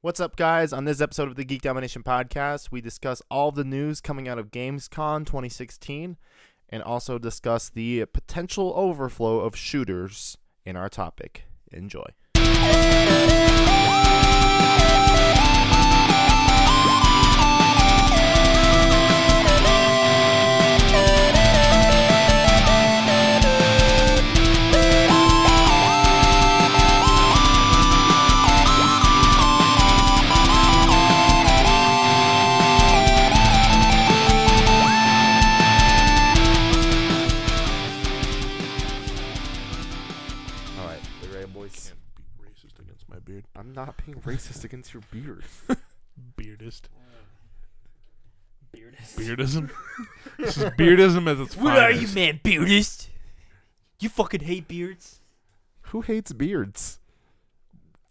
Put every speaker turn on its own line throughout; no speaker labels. What's up, guys? On this episode of the Geek Domination Podcast, we discuss all the news coming out of GamesCon 2016 and also discuss the potential overflow of shooters in our topic. Enjoy. All right, we ready, boys?
Can't be racist against my beard.
I'm not being racist against your beard.
Beardist.
Beardist.
Beardism? this is beardism as its
What
finest.
are you, man, beardist? You fucking hate beards?
Who hates beards?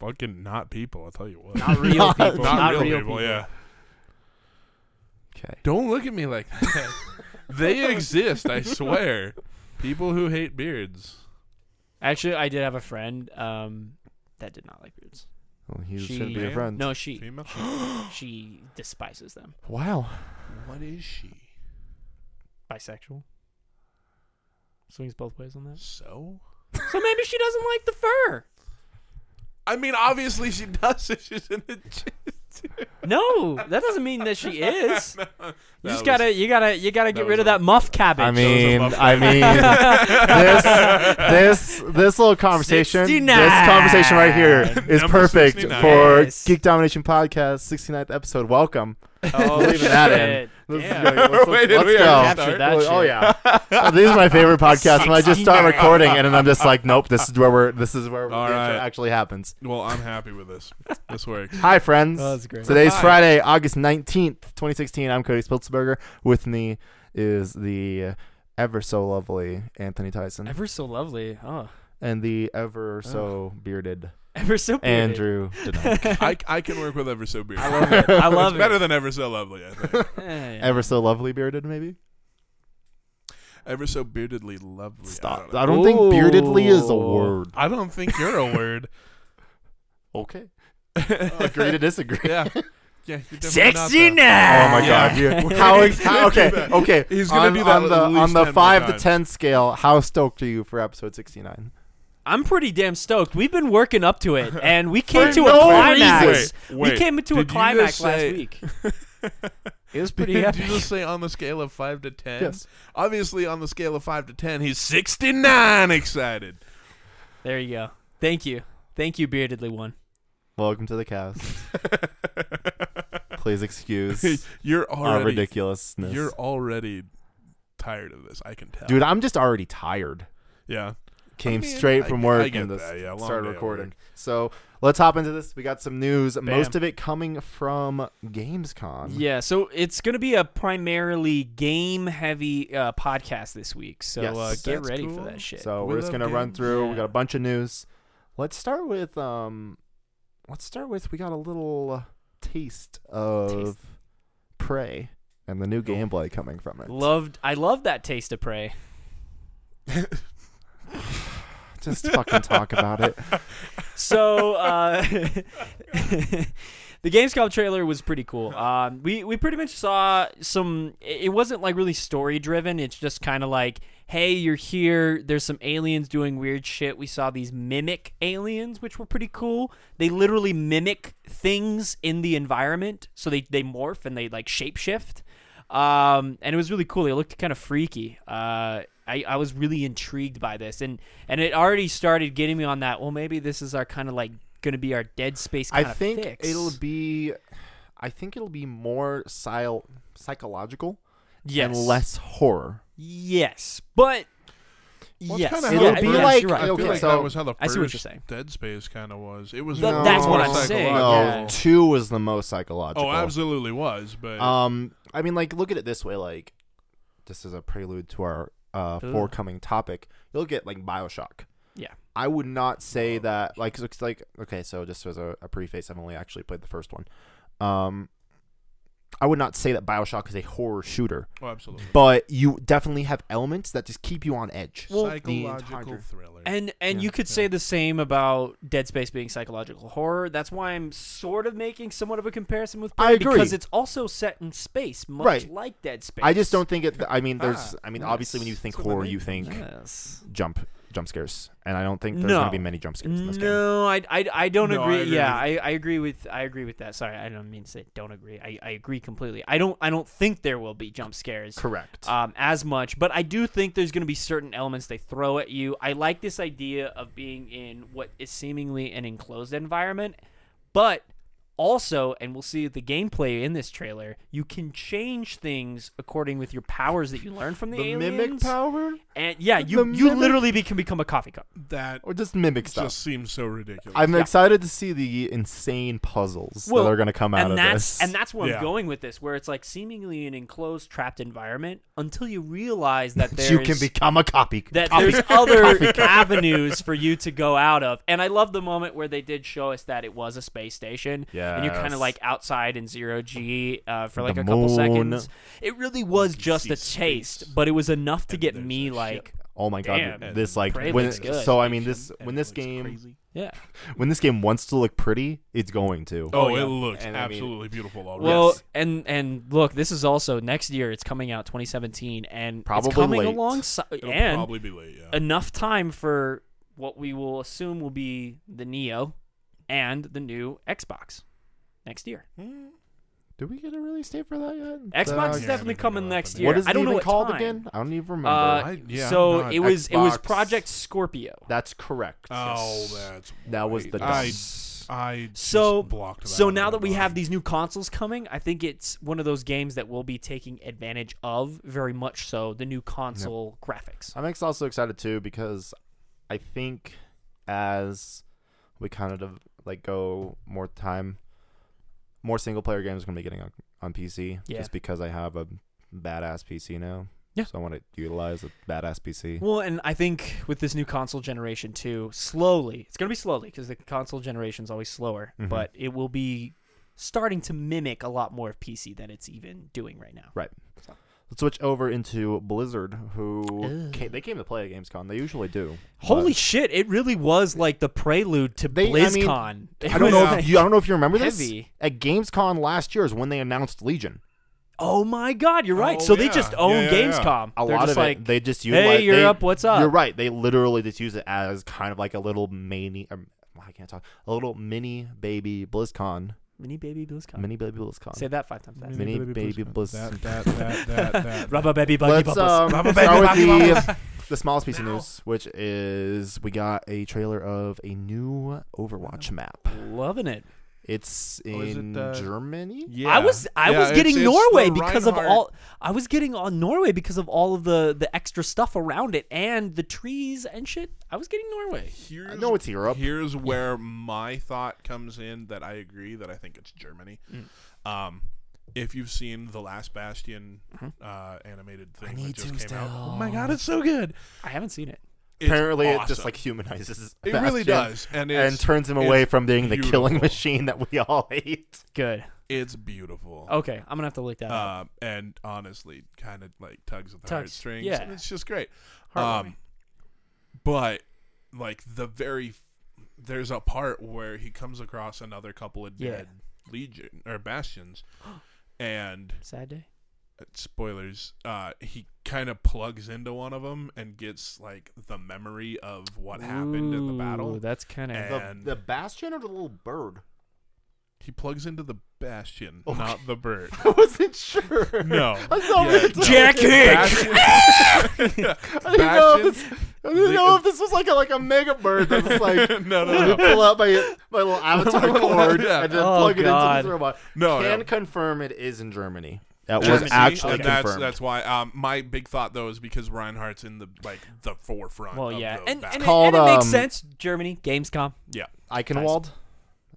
Fucking not people, I'll tell you what.
Not real
Not-
people.
Not
Not
real, people,
people.
yeah.
Okay.
Don't look at me like that. they exist, I swear. People who hate beards.
Actually, I did have a friend um, that did not like beards.
Well, he
She-
should be a
Man?
friend.
No, she
Female?
she despises them.
Wow.
what is she?
Bisexual. Swings both ways on that.
So?
So maybe she doesn't like the fur.
I mean, obviously she does if she's in the gym.
No, that doesn't mean that she is. You
That was-
just gotta, you gotta, you gotta
that
get
was
rid
a-
of that muff cabbage.
I mean,
muff
I mean, this this this little conversation, this
69.
conversation right here is
Number
perfect
69.
for
Yes.
Geek Domination Podcast 69th episode. Welcome.
oh,
leaving that in. This is
Damn.
going- let's-
Wait, did
let's
we
go.
already
Capture that
Oh
shit.
yeah, Oh, these are my favorite podcasts when I just start
69.
recording and then I'm just like, nope, this is where we're this is where the
All
intro
right.
actually happens.
Well, I'm happy with this. This works.
Hi friends.
Oh, that's great.
Today's
Hi.
Friday, August 19th, 2016. I'm Cody Spiltzberger. With me is the ever so lovely Anthony Tyson
Ever so lovely. Oh,
and the ever so bearded
ever so bearded.
Andrew. Denonk.
I, I can work with Ever So Beard.
I love it. I love
it's
it.
better than Ever So Lovely, I think.
Eh,
ever so lovely bearded, maybe?
Ever so beardedly lovely.
Stop.
I
I
don't,
don't think beardedly is a
Ooh.
word.
I don't think you're a word.
Okay. Agree to disagree.
yeah. Yeah. You're definitely not
Sexy
that.
now.
Oh my god! You, how,
Ah, He's gonna
how- okay
do that.
okay
He's gonna
on,
do that
on
at
the
least
on
10
the
more
five to
times.
ten scale. How stoked are you for episode sixty nine?
I'm pretty damn stoked. We've been working up to it, and we came
For
to
no
a climax.
reason. Wait,
we
wait.
came
Did
into a
you just
climax
say-
last week. It was pretty
Did
epic.
you just say on the scale of 5 to 10?
Yes.
Obviously, on the scale of 5 to 10, he's 69 excited.
There you go. Thank you, thank you, beardedly one.
Welcome to the cast. Please excuse
you're
our
already.
ridiculousness,
You're already tired of this. I can tell.
dude. I'm just already tired.
Yeah.
Came
mean,
straight
I-
from
I
work
get
and this
that, yeah, long
started
day at
recording.
work.
So let's hop into this. We got some news. Most
Bam.
of it coming from GamesCon.
Yeah, so it's gonna be a primarily game-heavy uh, podcast this week. So
Yes.
uh, get
That's
ready
cool.
for that shit.
So
We
we are just
love
gonna run
games.
through. We
Yeah.
got a bunch of news. Let's start with um, let's start with we got a little taste of Prey and the new gameplay coming from it.
Loved, I love that taste of prey.
Just fucking talk about it.
So uh, the Gamescom trailer was pretty cool. Um, we we pretty much saw some. It it wasn't like really story driven. It's just kind of like, hey, you're here. There's some aliens doing weird shit. We saw these mimic aliens, which were pretty cool. They literally mimic things in the environment, so they they morph and they like shapeshift. Um, and it was really cool. It looked kind of freaky. Uh, I, I was really intrigued by this, and and it already started getting me on that. Well, maybe this is our kind of like going to be our Dead Space.
I
Kind
think
of fix.
it'll be, I think it'll be more psy- psychological
yes,
and less horror.
Yes, but
Well, it's
yes,
kinda
how
it'll
the
be
first-
like
I
I
right.
feel
okay,
like
so-
that was how the first
I see what you're saying.
Dead Space kind of was. It was
Th-
more
that's what I'm
psychological.
saying,
No,
yeah.
two was the most psychological.
Oh, absolutely was, but
Um, I mean, like, look at it this way. Like, this is a prelude to our uh,
Ooh.
forthcoming topic. You'll get like Bioshock.
Yeah.
I would not say that. Like, it's like okay. So just as a, a preface, I've only actually played the first one. Um, I would not say that Bioshock is a horror shooter,
Oh, absolutely.
but you definitely have elements that just keep you on edge.
Well,
Psychological thriller.
And and
Yeah,
you could say the same about Dead Space being psychological horror. That's why I'm sort of making somewhat of a comparison with Prey
I agree.
because it's also set in space, much
Right.
like Dead Space.
I just don't think it. I mean, there's.
Ah,
I mean,
yes.
obviously, when you think
That's what I
horror,
mean.
you think
Yes.
jump jump scares, and I don't think there's
No.
gonna be many jump scares in this game.
No, I, I, I don't
No, I
agree.
agree
yeah,
with
I, I agree with I agree with that. Sorry, I don't mean to say don't agree. I, I agree completely. I don't I don't think there will be jump scares.
Correct.
um, as much, but I do think there's going to be certain elements they throw at you. I like this idea of being in what is seemingly an enclosed environment, but also, and we'll see the gameplay in this trailer, you can change things according with your powers that you learn from the,
the
aliens.
mimic power,
and yeah,
The
you you
mimic-
literally be, can become a coffee cup.
that
or just mimic stuff.
just seems so ridiculous.
I'm
Yeah.
excited to see the insane puzzles
Well,
that are gonna come out
and
of
that's
this.
and that's where
Yeah.
I'm going with this, where it's like seemingly an enclosed, trapped environment until you realize that there's
you can become a copy.
that
copy-
there's other avenues for you to go out of. And I love the moment where they did show us that it was a space station. And you're kind
Yes.
of like outside in zero G uh, for like
The
a couple
moon.
seconds. It really was
You
just
see
a
space.
taste, but it was enough to
And
get
there's
me
a
like,
oh my god!
Damn,
This like
Prey
when
looks good.
so I mean this when this game
yeah.
when this game wants to look pretty, it's going to.
Oh,
Oh, yeah.
it looks
And I mean-
absolutely beautiful already.
Well,
Yes.
and and look, this is also next year. It's coming out 2017, and
Probably
it's coming
late.
alongside
It'll
and
probably be late. Yeah.
enough time for what we will assume will be the Neo and the new Xbox next year.
Hmm.
Did we get a release date for that yet? Uh,
Xbox is
yeah,
definitely
maybe
coming
not,
next
but
year.
What is
I
it
don't know
even
what
called
time.
again? I don't even remember.
Uh,
I- yeah,
so
I'm
it
not-
was it was
Xbox.
Project Scorpio.
That's correct.
Oh,
Yes.
that's
That was the
right.
dust.
I I
So-
just blocked that
So
out of
now
my
that we
mind.
have these new consoles coming, I think it's one of those games that we'll be taking advantage of very much so the new console graphics.
I'm ex- also excited too because I think as we kind of dev- like go more time, more single player games are gonna be getting on, on PC.
Yeah.
Just because I have a badass PC now.
Yeah.
So I want to utilize a badass PC.
Well, and I think with this new console generation too, slowly it's going to be slowly because the console generation's always slower,
Mm-hmm.
Mhm.
but it will be starting to mimic a lot more of PC than it's even doing right now.
Let's switch over into Blizzard, who
Ooh.
ca they came to play at Gamescom. They usually do.
Holy
but-
shit! It really was like the prelude to
They- I mean,
BlizzCon. It
I don't
was
know.
like
If you, I don't know if you remember this.
heavy.
At Gamescom last year is when they announced Legion.
Oh my god, you're right.
Oh,
so they
yeah.
just own
Yeah, yeah, yeah.
Gamescom.
a
They're
lot
just
of
like,
it. They just utilize.
Hey,
they,
Europe, what's up?
You're right. They literally just use it as kind of like a little mini. Um, I can't talk. A little mini baby BlizzCon.
Mini baby BlizzCon.
Mini baby BlizzCon.
Oh. Say that five times fast.
Mini baby BlizzCon.
That that that that. that,
Rubber baby buggy
Let's um,
bubbles.
Bubbles.
start with
Baby
the, the smallest piece of
Now.
news, which is we got a trailer of a new Overwatch map.
um,
Loving it.
It's
Oh, is it,
in
uh,
Germany.
Yeah.
I was I
Yeah,
was
it's-
getting
it's the
Norway because of
Reinhardt-
all I was getting on Norway because of all of the the extra stuff around it and the trees and shit. I was getting Norway.
Here's,
know it's Europe.
Here's where my thought comes in that I agree that I think it's Germany.
Mm.
Um, if you've seen the Last Bastion uh, animated thing that
Mm-hmm. need
just
to
came out,
still.
oh my god, it's so good!
I haven't seen it.
It's
Apparently, it
awesome.
just like humanizes.
it really
Bastion
does, and it's,
And turns him away
it's
from being the killing
beautiful.
machine that we all hate.
Good.
It's beautiful.
Oh,
Okay, I'm gonna have to look that up.
Uh, and honestly, kind of like tugs at the
Tugs,
heartstrings.
yeah.
and it's just great.
Heartwarming.
Um, but like the very there's a part where he comes across another couple of
Yeah.
dead legion or bastions, and
Sad day.
spoilers, uh, he kind of plugs into one of them and gets like the memory of what happened in the
Ooh,
battle.
That's kind of
And-
The, the bastion or the little bird?
He plugs into the bastion,
Okay.
not the bird.
I wasn't sure.
No.
Oh I thought
Yeah,
we were
no.
Jack
talking-
Hick!
Bastion-
I didn't know if
Bastion-
this, I didn't
the-
know if this was like a like a mega bird that's just like
no, no,
let me
no.
pull out my my little avatar
little-
cord
yeah.
and then
Oh,
plug it
God.
into this robot.
No,
Can
no.
confirm it is in Germany. That
Germany,
was actually
and that's
confirmed.
that's why. Um, my big thought though is because Reinhardt's in the like the forefront.
Well,
of
yeah,
the
and and,
battle.
it,
Called,
and it makes
um,
sense. Germany, Gamescom,
yeah,
Eichenwald.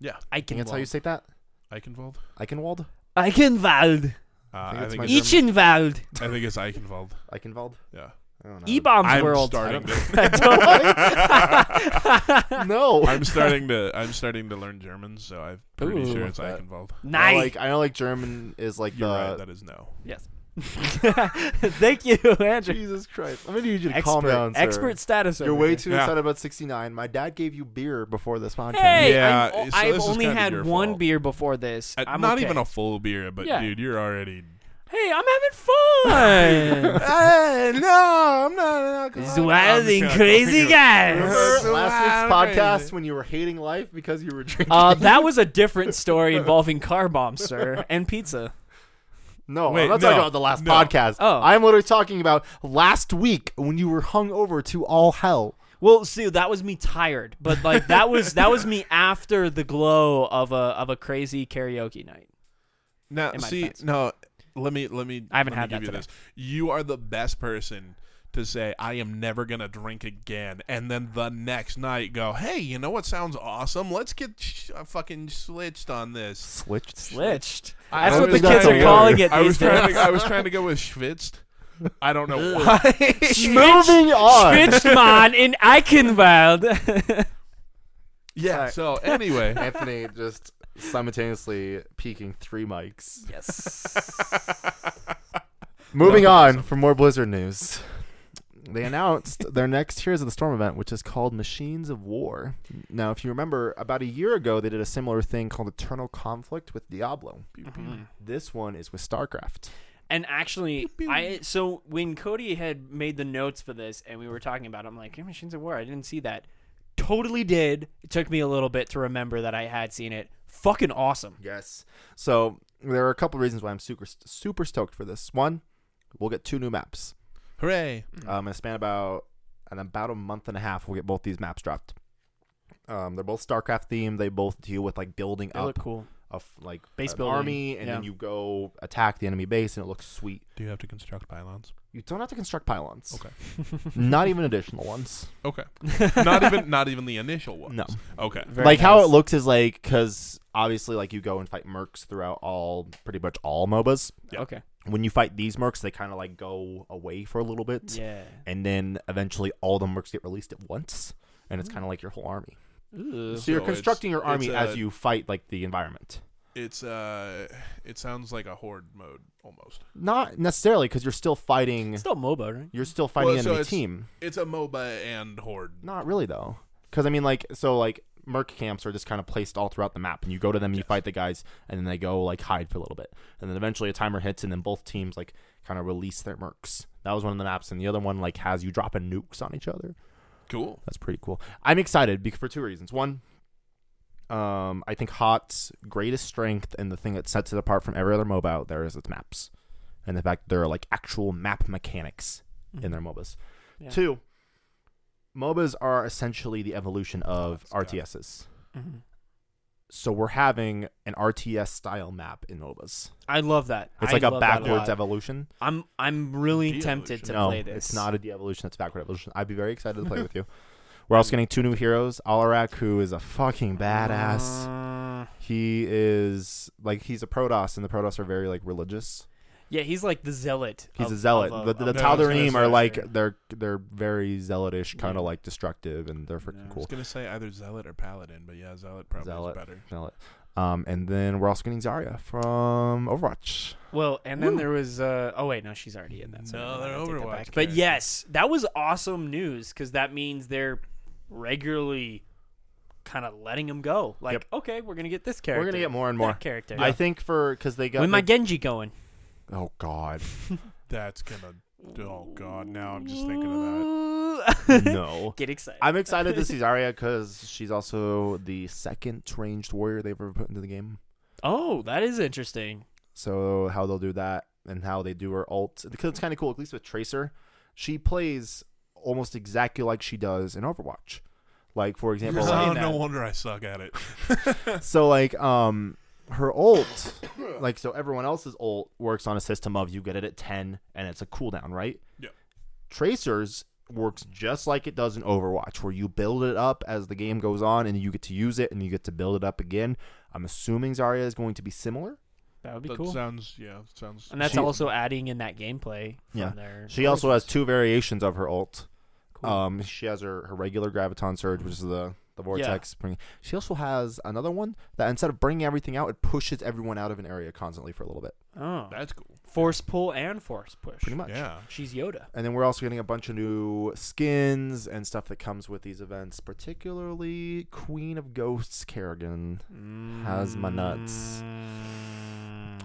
I
I think
can.
that's how you say that.
Eichenwald.
Eichenwald.
Eichenwald,
Uh, I,
it's my
think it's,
German-
Eichenwald.
I think it's Eichenwald.
Eichenwald.
Yeah,
I don't know.
E bombs
I'm
world.
starting
I
to.
don't-
no.
I'm starting to. I'm starting to learn German, so I'm pretty
Ooh.
sure it's
That-
Ike involved.
I
nice.
know, like I know like German is like
You're
the
right. That is no.
yes. Thank you, Andrew.
Jesus Christ. I'm gonna need you to
Expert,
calm down, sir.
expert status.
You're
over
way
here.
too
Yeah.
excited about 69. My dad gave you beer before this podcast.
Hey,
Yeah,
I'm o-
so
I've
this is
only
kinda
had
your
one
fault.
beer before this.
Uh,
I'm
not
okay.
even a full beer, but
Yeah.
dude, you're already.
Hey, I'm having fun.
Hey, no, I'm not. an alcoholic.
Wild and crazy guys.
Remember last week's podcast
Crazy.
when you were hating life because you were drinking?
Uh, that was a different story involving car bombs, sir, and pizza.
no,
wait,
I'm not
no,
talking about the last
no.
podcast.
Oh.
I'm literally talking about last week when you were hung over to all hell.
Well, see, that was me tired, but like that was that was me after the glow of a of a crazy karaoke night.
Now,
In my
see,
defense.
no. Let me. Let me.
I haven't
let me
had
give
that
you this. You are the best person to say I am never gonna drink again, and then the next night go, hey, you know what sounds awesome? Let's get sh- uh, fucking switched on this.
Switched.
Glitched.
I-
That's
I
what the
was
kids
trying
are
to-
calling it
I was
these
trying to.
days.
I was trying to go with schwitzed. I don't know why.
Moving on.
Schwitzmann in Eichenwald.
yeah.
Sorry.
So anyway,
Anthony just simultaneously peaking three mics.
yes.
Moving
No,
on
awesome.
for more Blizzard news. They announced their next Heroes of the Storm event, which is called Machines of War. Now, if you remember, about a year ago, they did a similar thing called Eternal Conflict with Diablo.
Mm-hmm.
This one is with StarCraft.
And actually, I so when Cody had made the notes for this and we were talking about, it, I'm like, hey, Machines of War. I didn't see that. Totally did. It took me a little bit to remember that I had seen it. Fucking awesome.
Yes. So there are a couple reasons why I'm super super stoked for this. One, we'll get two new maps.
hooray!
Mm.
Um, in a span about in about a month and a half, we'll get both these maps dropped. Um, they're both StarCraft themed. They both deal with like building
They
up
look cool.
of like
Base
an
building,
army, and then
yeah.
you go attack the enemy base, and it looks sweet.
Do you have to construct pylons?
You don't have to construct pylons.
Okay.
Not even additional ones.
Okay. Not even. Not even the initial ones.
No.
Okay.
Very
like how
nice.
it looks is like because obviously like you go and fight mercs throughout all pretty much all MOBAs.
Yeah.
Okay.
When you fight these mercs, they kind of like go away for a little bit,
Yeah.
and then eventually all the mercs get released at once, and it's kind of like your whole army.
Ooh.
So you're
So it's-
constructing your army
it's
as
a-
you fight like the environment.
It's uh. It sounds like a horde mode almost.
Not necessarily because you're still fighting.
Still MOBA, right?
You're still fighting
Well, so
enemy
it's-
team.
It's a MOBA and horde.
Not really though, because I mean, like, so like merc camps are just kind of placed all throughout the map, and you go to them, you fight the guys, and then they go like hide for a little bit, and then eventually a timer hits, and then both teams like kind of release their mercs. That was one of the maps, and the other one like has you dropping nukes on each other.
Cool.
That's pretty cool. I'm excited because for two reasons. One, um, I think Hot's greatest strength and the thing that sets it apart from every other MOBA out there is its maps, and the fact that there are like actual map mechanics in their MOBAs.
Yeah.
Two, MOBAs are essentially the evolution of
Oh, that's good.
RTSs.
Mm-hmm.
So we're having an RTS style map in MOBAs.
I love that.
It's
I
like a
love that
backwards
lot.
evolution.
I'm I'm really
Deal
tempted to
evolution.
no,
play this.
it's not a de-evolution. It's a backward evolution. I'd be very excited to play with you. We're also getting two new heroes. Alarak, who is a fucking badass.
Uh,
He is like he's a Protoss, and the Protoss are very like religious.
yeah, he's like the zealot.
He's
of-
a zealot.
of
the
of
the, the
No, I was gonna
Tal'darim
say-
are like they're they're very zealotish, kind of like destructive, and they're freaking
I
cool.
was gonna say either zealot or paladin, but yeah, zealot probably
Zealot.
is better.
Nail it. Um, and then we're also getting Zarya from Overwatch.
Well, and then there was. Uh, oh wait, no, she's already in that. So
No,
never mind,
they're
I take that
Overwatch
back. But
characters.
yes, that was awesome news because that means they're regularly kind of letting him go. Like,
Yep.
okay, we're gonna get this character.
We're gonna get more and
that
more.
character.
I think for because they got
When my
the-
Genji going?
oh god
That's gonna. Oh god, now I'm just thinking of that.
no.
get excited.
I'm excited to see Zarya because she's also the second ranged warrior they've ever put into the game.
oh, that is interesting.
So how they'll do that and how they do her ult because it's kind of cool. At least with Tracer, she plays almost exactly like she does in Overwatch. Like for example,
Really?
like-
Oh,
saying
no
that.
wonder I suck at it.
so like um her ult like so everyone else's ult works on a system of you get it at 10 and it's a cooldown right
Yep.
tracers works just like it does in overwatch where you build it up as the game goes on and you get to use it and you get to build it up again i'm assuming zarya is going to be similar
That would be
That
cool.
sounds yeah, sounds.
and that's
She-
also adding in that gameplay. From
Yeah.
Their
She also has two variations of her ult.
Cool.
Um, she has her, her regular graviton surge, which is the the vortex. Bring, she also has another one that instead of bringing everything out, it pushes everyone out of an area constantly for a little bit,
oh.
That's cool.
force pull and force push.
pretty much.
Yeah.
She's Yoda.
And then we're also getting a bunch of new skins and stuff that comes with these events, particularly Queen of Ghosts Kerrigan. Has my nuts.
Mm.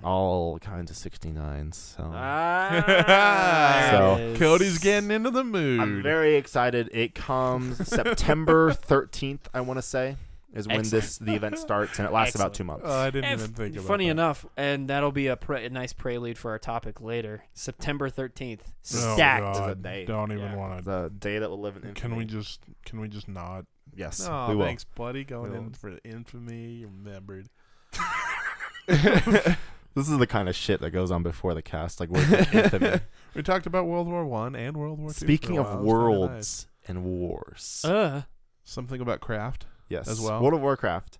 All kinds of 69s. So
Ah,
So-
there it is.
Cody's getting into the mood.
I'm very excited. It comes September 13th, I want to say, is when this the event starts, and it lasts about two months.
Oh, I didn't
If-
even think about
funny
that.
enough, and that'll be a, pre- a nice prelude for our topic later. September 13th.
Oh,
Stacked.
God.
God,
a day.
Don't even
Yeah.
want
the day that will live in
to.
infamy.
Uh, Can we just? Can we just not?
Yes,
No,
we will.
thanks, buddy. Going
We will.
in for the infamy. Remembered.
This is the kind of shit that goes on before the cast. Like, words of infamy.
We talked about World War One and World War Two. for a
speaking
while.
of
It was really nice.
worlds and wars.
Uh,
something about craft,
yes,
as well.
World of Warcraft.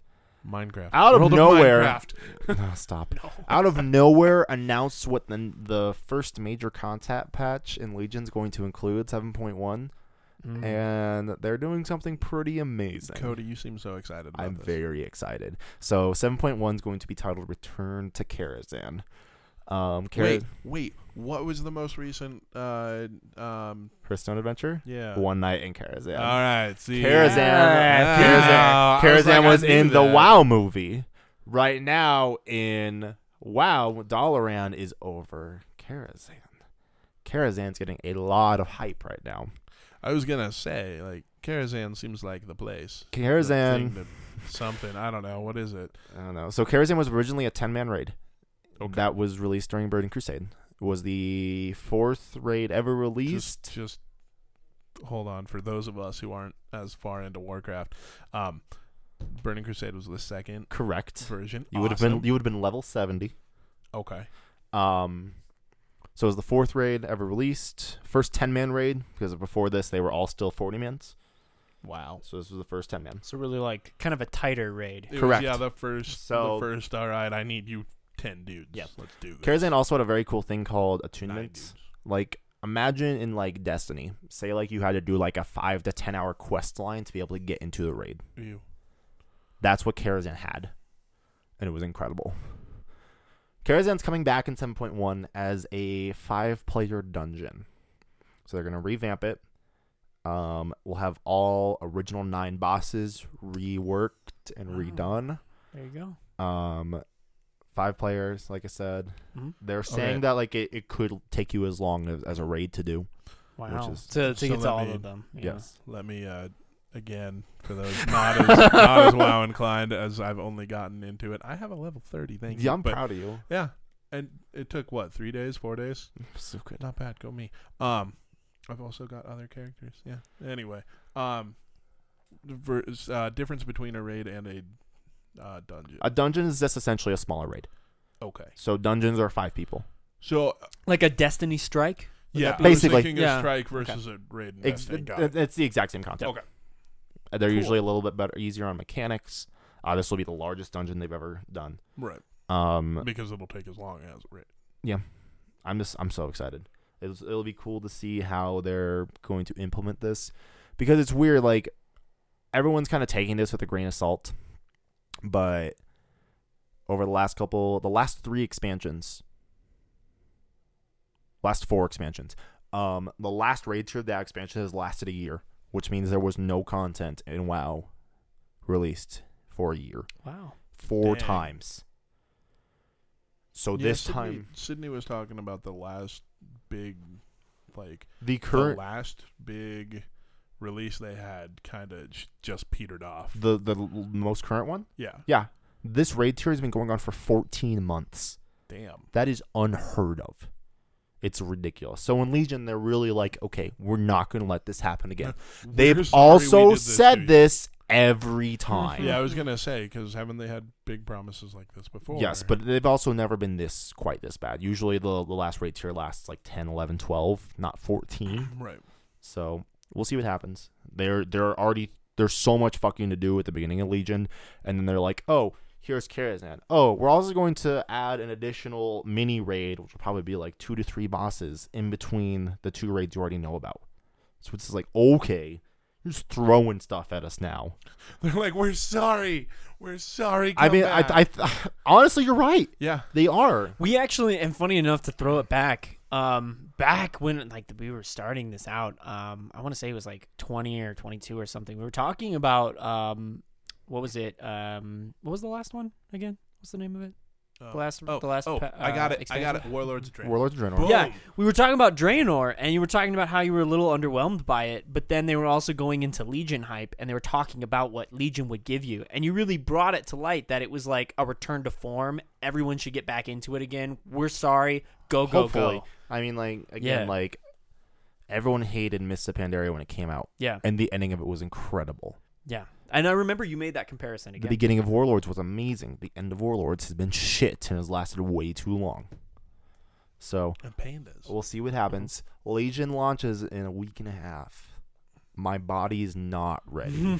Minecraft.
Out of
World
nowhere.
Minecraft.
no, stop.
no.
Out of nowhere, announced what the the first major contact patch in Legion's going to include, seven point one,
Mm.
and they're doing something pretty amazing.
Mm-hmm. Cody, you seem so excited. About
I'm
this.
very excited. So 7.1 is going to be titled "Return to Karazhan." Um, Kara-
Wait, wait. What was the most recent? Uh, um,
Hearthstone Adventure,
yeah.
One Night in Karazhan.
All right. See.
Karazhan,
Yeah.
Karazhan,
Yeah. I was
Karazhan
like, I
was,
knew
in the
that.
WoW movie. Right now in WoW, Dalaran is over Karazhan. Karazhan's getting a lot of hype right now.
I was gonna say like Karazhan seems like the place. The
Karazhan,
thing that- Something I don't know. What is it?
I don't know. So Karazhan was originally a 10-man raid. That was released during Burning Crusade. It was the fourth raid ever released.
Just, just hold on for those of us who aren't as far into Warcraft. Um, Burning Crusade was the second
Correct.
version.
You would have
Awesome.
been you would have been level 70.
okay.
Um, so it was the fourth raid ever released. First 10 man raid, because before this, they were all still 40 mans.
Wow.
So this was the first 10 man.
So really like kind of a tighter raid.
It was,
Correct.
yeah, the first.
So-
the first. All right, I need you ten dudes.
Yep.
Let's do this.
Karazhan also had a very cool thing called
Nine
attunements.
dudes.
Like, imagine in like Destiny, say like you had to do like a five to 10 hour quest line to be able to get into the raid.
Ew.
That's what Karazhan had. And it was incredible. Karazhan's coming back in 7.1 as a five player dungeon. So they're going to revamp it. Um, we'll have all original nine bosses reworked and
Wow.
redone.
There you go.
Um, five players, like I said.
Mhm.
They're
Okay.
saying that like it, it could take you as long as, as a raid to do.
Wow.
is-
to to
So
get
let
to all
me-
of them. yeah.
Yes.
Let me uh, again for those not as, not as wow inclined as I've only gotten into it. I have a level thirty. Thank you.
Yeah, I'm
But-
proud of you.
Yeah, and it took what three days, four days.
So good.
Not bad. Go me. Um, I've also got other characters. Yeah. Anyway, um, the ver- uh, difference between a raid and a uh, dungeon.
A dungeon is just essentially a smaller raid.
okay.
So dungeons are five people.
So uh,
Like a Destiny Strike. Would
yeah,
that be-
I was
Basically.
thinking a
Yeah.
strike versus a raid. And
Ex-
Destiny. Got
it-
it.
it's the exact same concept.
Okay.
Uh, They're
Cool.
usually a little bit better, easier on mechanics. Uh, this will be the largest dungeon they've ever done.
Right.
Um,
Because it'll take as long as a raid.
I'm just, I'm so excited. It's, it'll be cool to see how they're going to implement this, because it's weird. Like everyone's kind of taking this with a grain of salt, but over the last couple, the last three expansions, last four expansions, um, the last raid tier of that expansion has lasted a year, which means there was no content in WoW released for a year.
Wow.
four
Dang.
times. So
Yeah,
this
Sydney-
time,
Sydney was talking about the last big, like
the
the
current
last big release they had kind of just petered off.
the, the l- most current one,
Yeah.
yeah, this raid tier has been going on for 14 months.
Damn.
That is unheard of. It's ridiculous. So in Legion, they're really like, okay, we're not going to let this happen again. They've
We're sorry we
also
did this to
said
you.
this every time.
Yeah, I was gonna say because haven't they had big promises like this before?
Yes, but they've also never been this quite this bad. Usually the, the last raid tier lasts like 10, 11, 12, not 14.
right.
So we'll see what happens. There, there are already there's so much fucking to do at the beginning of Legion, and then they're like, oh, Here's Karazhan. Oh, we're also going to add an additional mini raid, which will probably be like two to three bosses in between the two raids you already know about. So it's just like, okay, you're just throwing stuff at us now.
They're like, we're sorry, we're sorry.
I
come
mean, I,
back."
I th- honestly, you're right.
yeah.
They are.
We actually, and funny enough, to throw it back, um, back when like we were starting this out, um, I want to say it was like twenty or twenty two or something. We were talking about um, what was it? Um, what was the last one again? What's the name of it?
Oh.
The last,
Oh,
the last.
oh,
pa-
I got
uh,
it. I got
expansion?
it. Warlords of Draenor.
Warlords of Draenor.
Boom.
Yeah, we were talking about Draenor, and you were talking about how you were a little underwhelmed by it, but then they were also going into Legion hype, and they were talking about what Legion would give you, and you really brought it to light that it was like a return to form. Everyone should get back into it again. We're sorry. Go go
Hopefully.
go.
I mean, like, again,
Yeah.
like, everyone hated Mists of Pandaria when it came out,
Yeah,
and the ending of it was incredible.
yeah. And I remember you made that comparison
The
again.
beginning of Warlords was amazing. The end of Warlords has been shit and has lasted way too long. So
and pandas.
we'll see what happens. Legion launches in a week and a half. My body is not ready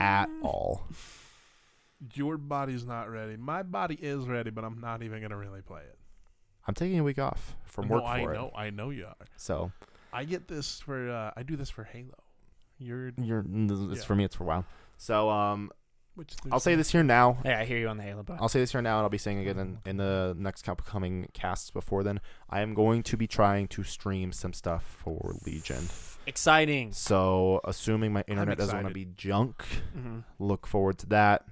at all.
Your body's not ready. My body is ready, but I'm not even gonna really play it.
I'm taking a week off from
no,
work
I
for
know.
it.
I know you are.
So
I get this for. Uh, I do this for Halo. You're.
you're it's
Yeah.
for me. It's for a while. So um,
Which
I'll say this here now.
yeah, I hear you on the Halo button.
I'll say this here now, and I'll be saying again in, in the next couple coming casts before then. I am going to be trying to stream some stuff for Legion.
Exciting.
So, assuming my internet doesn't want to be
excited.
junk,
hmm
look forward to that.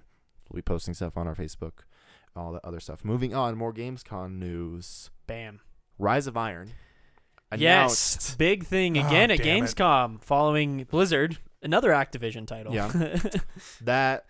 We'll be posting stuff on our Facebook, all that other stuff. Moving on, more GamesCon news.
Bam.
Rise of Iron.
Yes,
Announced.
big thing
Ah,
again at
damn it.
Gamescom following Blizzard, another Activision title.
Yeah. That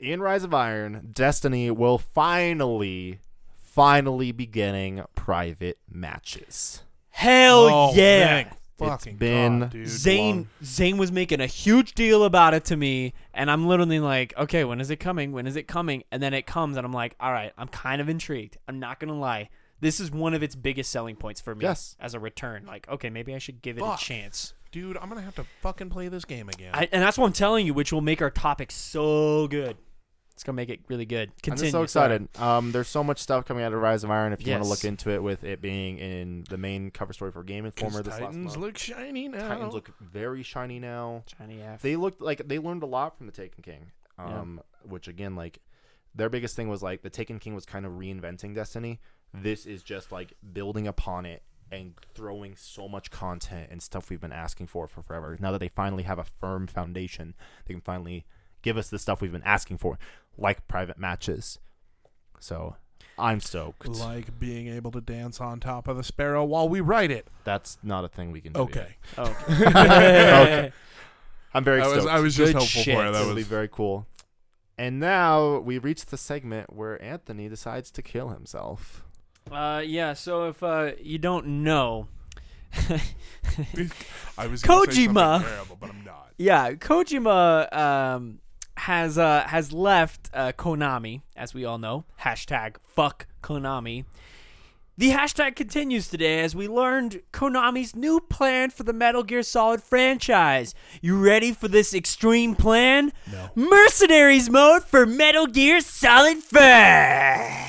in Rise of Iron, Destiny will finally, finally be getting private matches.
Hell
Oh,
yeah.
thank Fucking
been
God, dude.
Zane
Long-
Zane was making a huge deal about it to me, and I'm literally like, okay, when is it coming? When is it coming? And then it comes, and I'm like, all right, I'm kind of intrigued. I'm not gonna lie, this is one of its biggest selling points for me
Yes.
as a return. Like, okay, maybe I should give it
Fuck.
a chance.
Dude, I'm gonna have to fucking play this game again.
I, and that's what I'm telling you, which will make our topic so good. It's gonna make it really good. Continue.
I'm just so
sorry.
excited. Um, there's so much stuff coming out of Rise of Iron. If you want
Yes.
to look into it, with it being in the main cover story for Game
'Cause
Informer this last
Titans
month.
look shiny now.
Titans look very shiny now.
Shiny F.
They looked like they learned a lot from the Taken King.
Yeah.
Um, which again, like their biggest thing was like the Taken King was kind of reinventing Destiny. This is just like building upon it and throwing so much content and stuff we've been asking for for forever. Now that they finally have a firm foundation, they can finally give us the stuff we've been asking for, like private matches. So I'm stoked.
like being able to dance on top of the sparrow while we write it.
That's not a thing we can do.
Okay.
Oh, okay.
Okay. I'm very
I
stoked.
was, I was just
Good
hopeful
shit.
for it.
That
That
would be
was
very cool. And now we reach the segment where Anthony decides to kill himself.
Uh, yeah. So if uh, you don't know,
I was gonna say something
Kojima.
terrible, but I'm not.
yeah, Kojima um, has uh, has left uh, Konami, as we all know. Hashtag fuck Konami. The hashtag continues today as we learned Konami's new plan for the Metal Gear Solid franchise. You ready for this extreme plan? No. Mercenaries mode for Metal Gear Solid 5.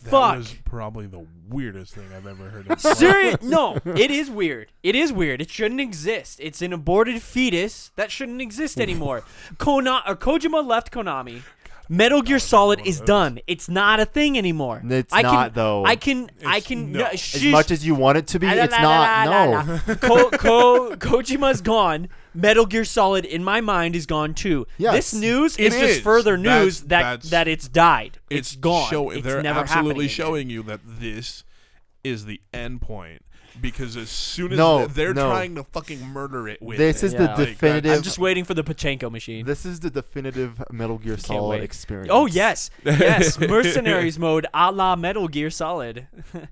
Fuck.
That was probably the weirdest thing I've ever heard. In my life.
Serious? No, it is weird. It is weird. It shouldn't exist. It's an aborted fetus that shouldn't exist anymore. Kona- or Kojima left Konami. Metal Gear Solid is done. It's not a thing anymore.
It's
I can,
not, though.
I can. I
It's-
can.
no.
No.
As
As
shush.
much as you want it to be,
Ah,
it's not. No.
Ko- Ko- Kojima's gone. Metal Gear Solid, in my mind, is gone too.
Yes,
this news
it
is, just
is.
further
That's-
news that
that's-
that it's died.
It's
gone.
Show,
it's
they're
never happening
absolutely
again.
showing you that this is the end point because as soon as
No,
th- they're
no.
trying to fucking murder it with
This
it.
is
Yeah,
the
like,
that's-
definitive.
I'm just waiting for the Pachenko machine.
this is the definitive Metal Gear Solid
wait.
experience.
Oh yes, yes, mercenaries mode, a la Metal Gear Solid.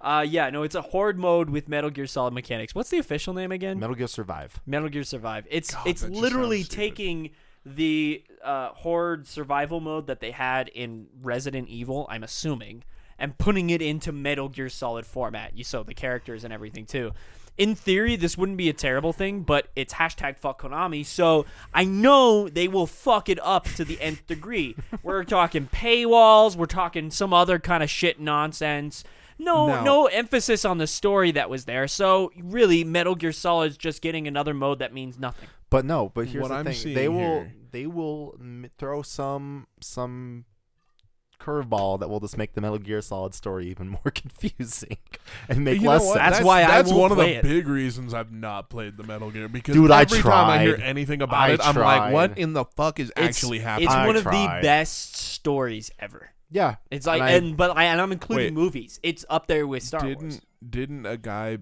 uh, yeah, no, it's a horde mode with Metal Gear Solid mechanics. What's the official name again? Metal,
Metal Gear Survive.
Gear Survive. It's
God,
it's
that just
literally
sounds stupid.
taking the uh, horde survival mode that they had in Resident Evil. I'm assuming. And putting it into Metal Gear Solid format. You saw the characters and everything too. in theory, this wouldn't be a terrible thing, but it's hashtag fuck Konami, so I know they will fuck it up to the nth degree. we're talking paywalls, we're talking some other kind of shit nonsense. No, no,
No.
emphasis on the story that was there. So really, Metal Gear Solid is just getting another mode that means nothing.
But no, but here's
What
the
I'm
thing:
seeing
they will
here-
they will m- throw some some curveball that will just make the Metal Gear Solid story even more confusing and make
You know
less
what?
sense.
That's why I
that's
won't
one of
play
the
it.
big reasons I've not played the Metal Gear because
Dude, I
every time I hear
tried.
anything about
I
it, I'm like,
tried.
what in the fuck is
It's-
actually
It's
happening?
I
one of the
tried.
best stories ever.
yeah,
It's like,
And I-
and, but I, and I'm including
Wait.
movies. It's up there with Star
didn't
Wars.
didn't a guy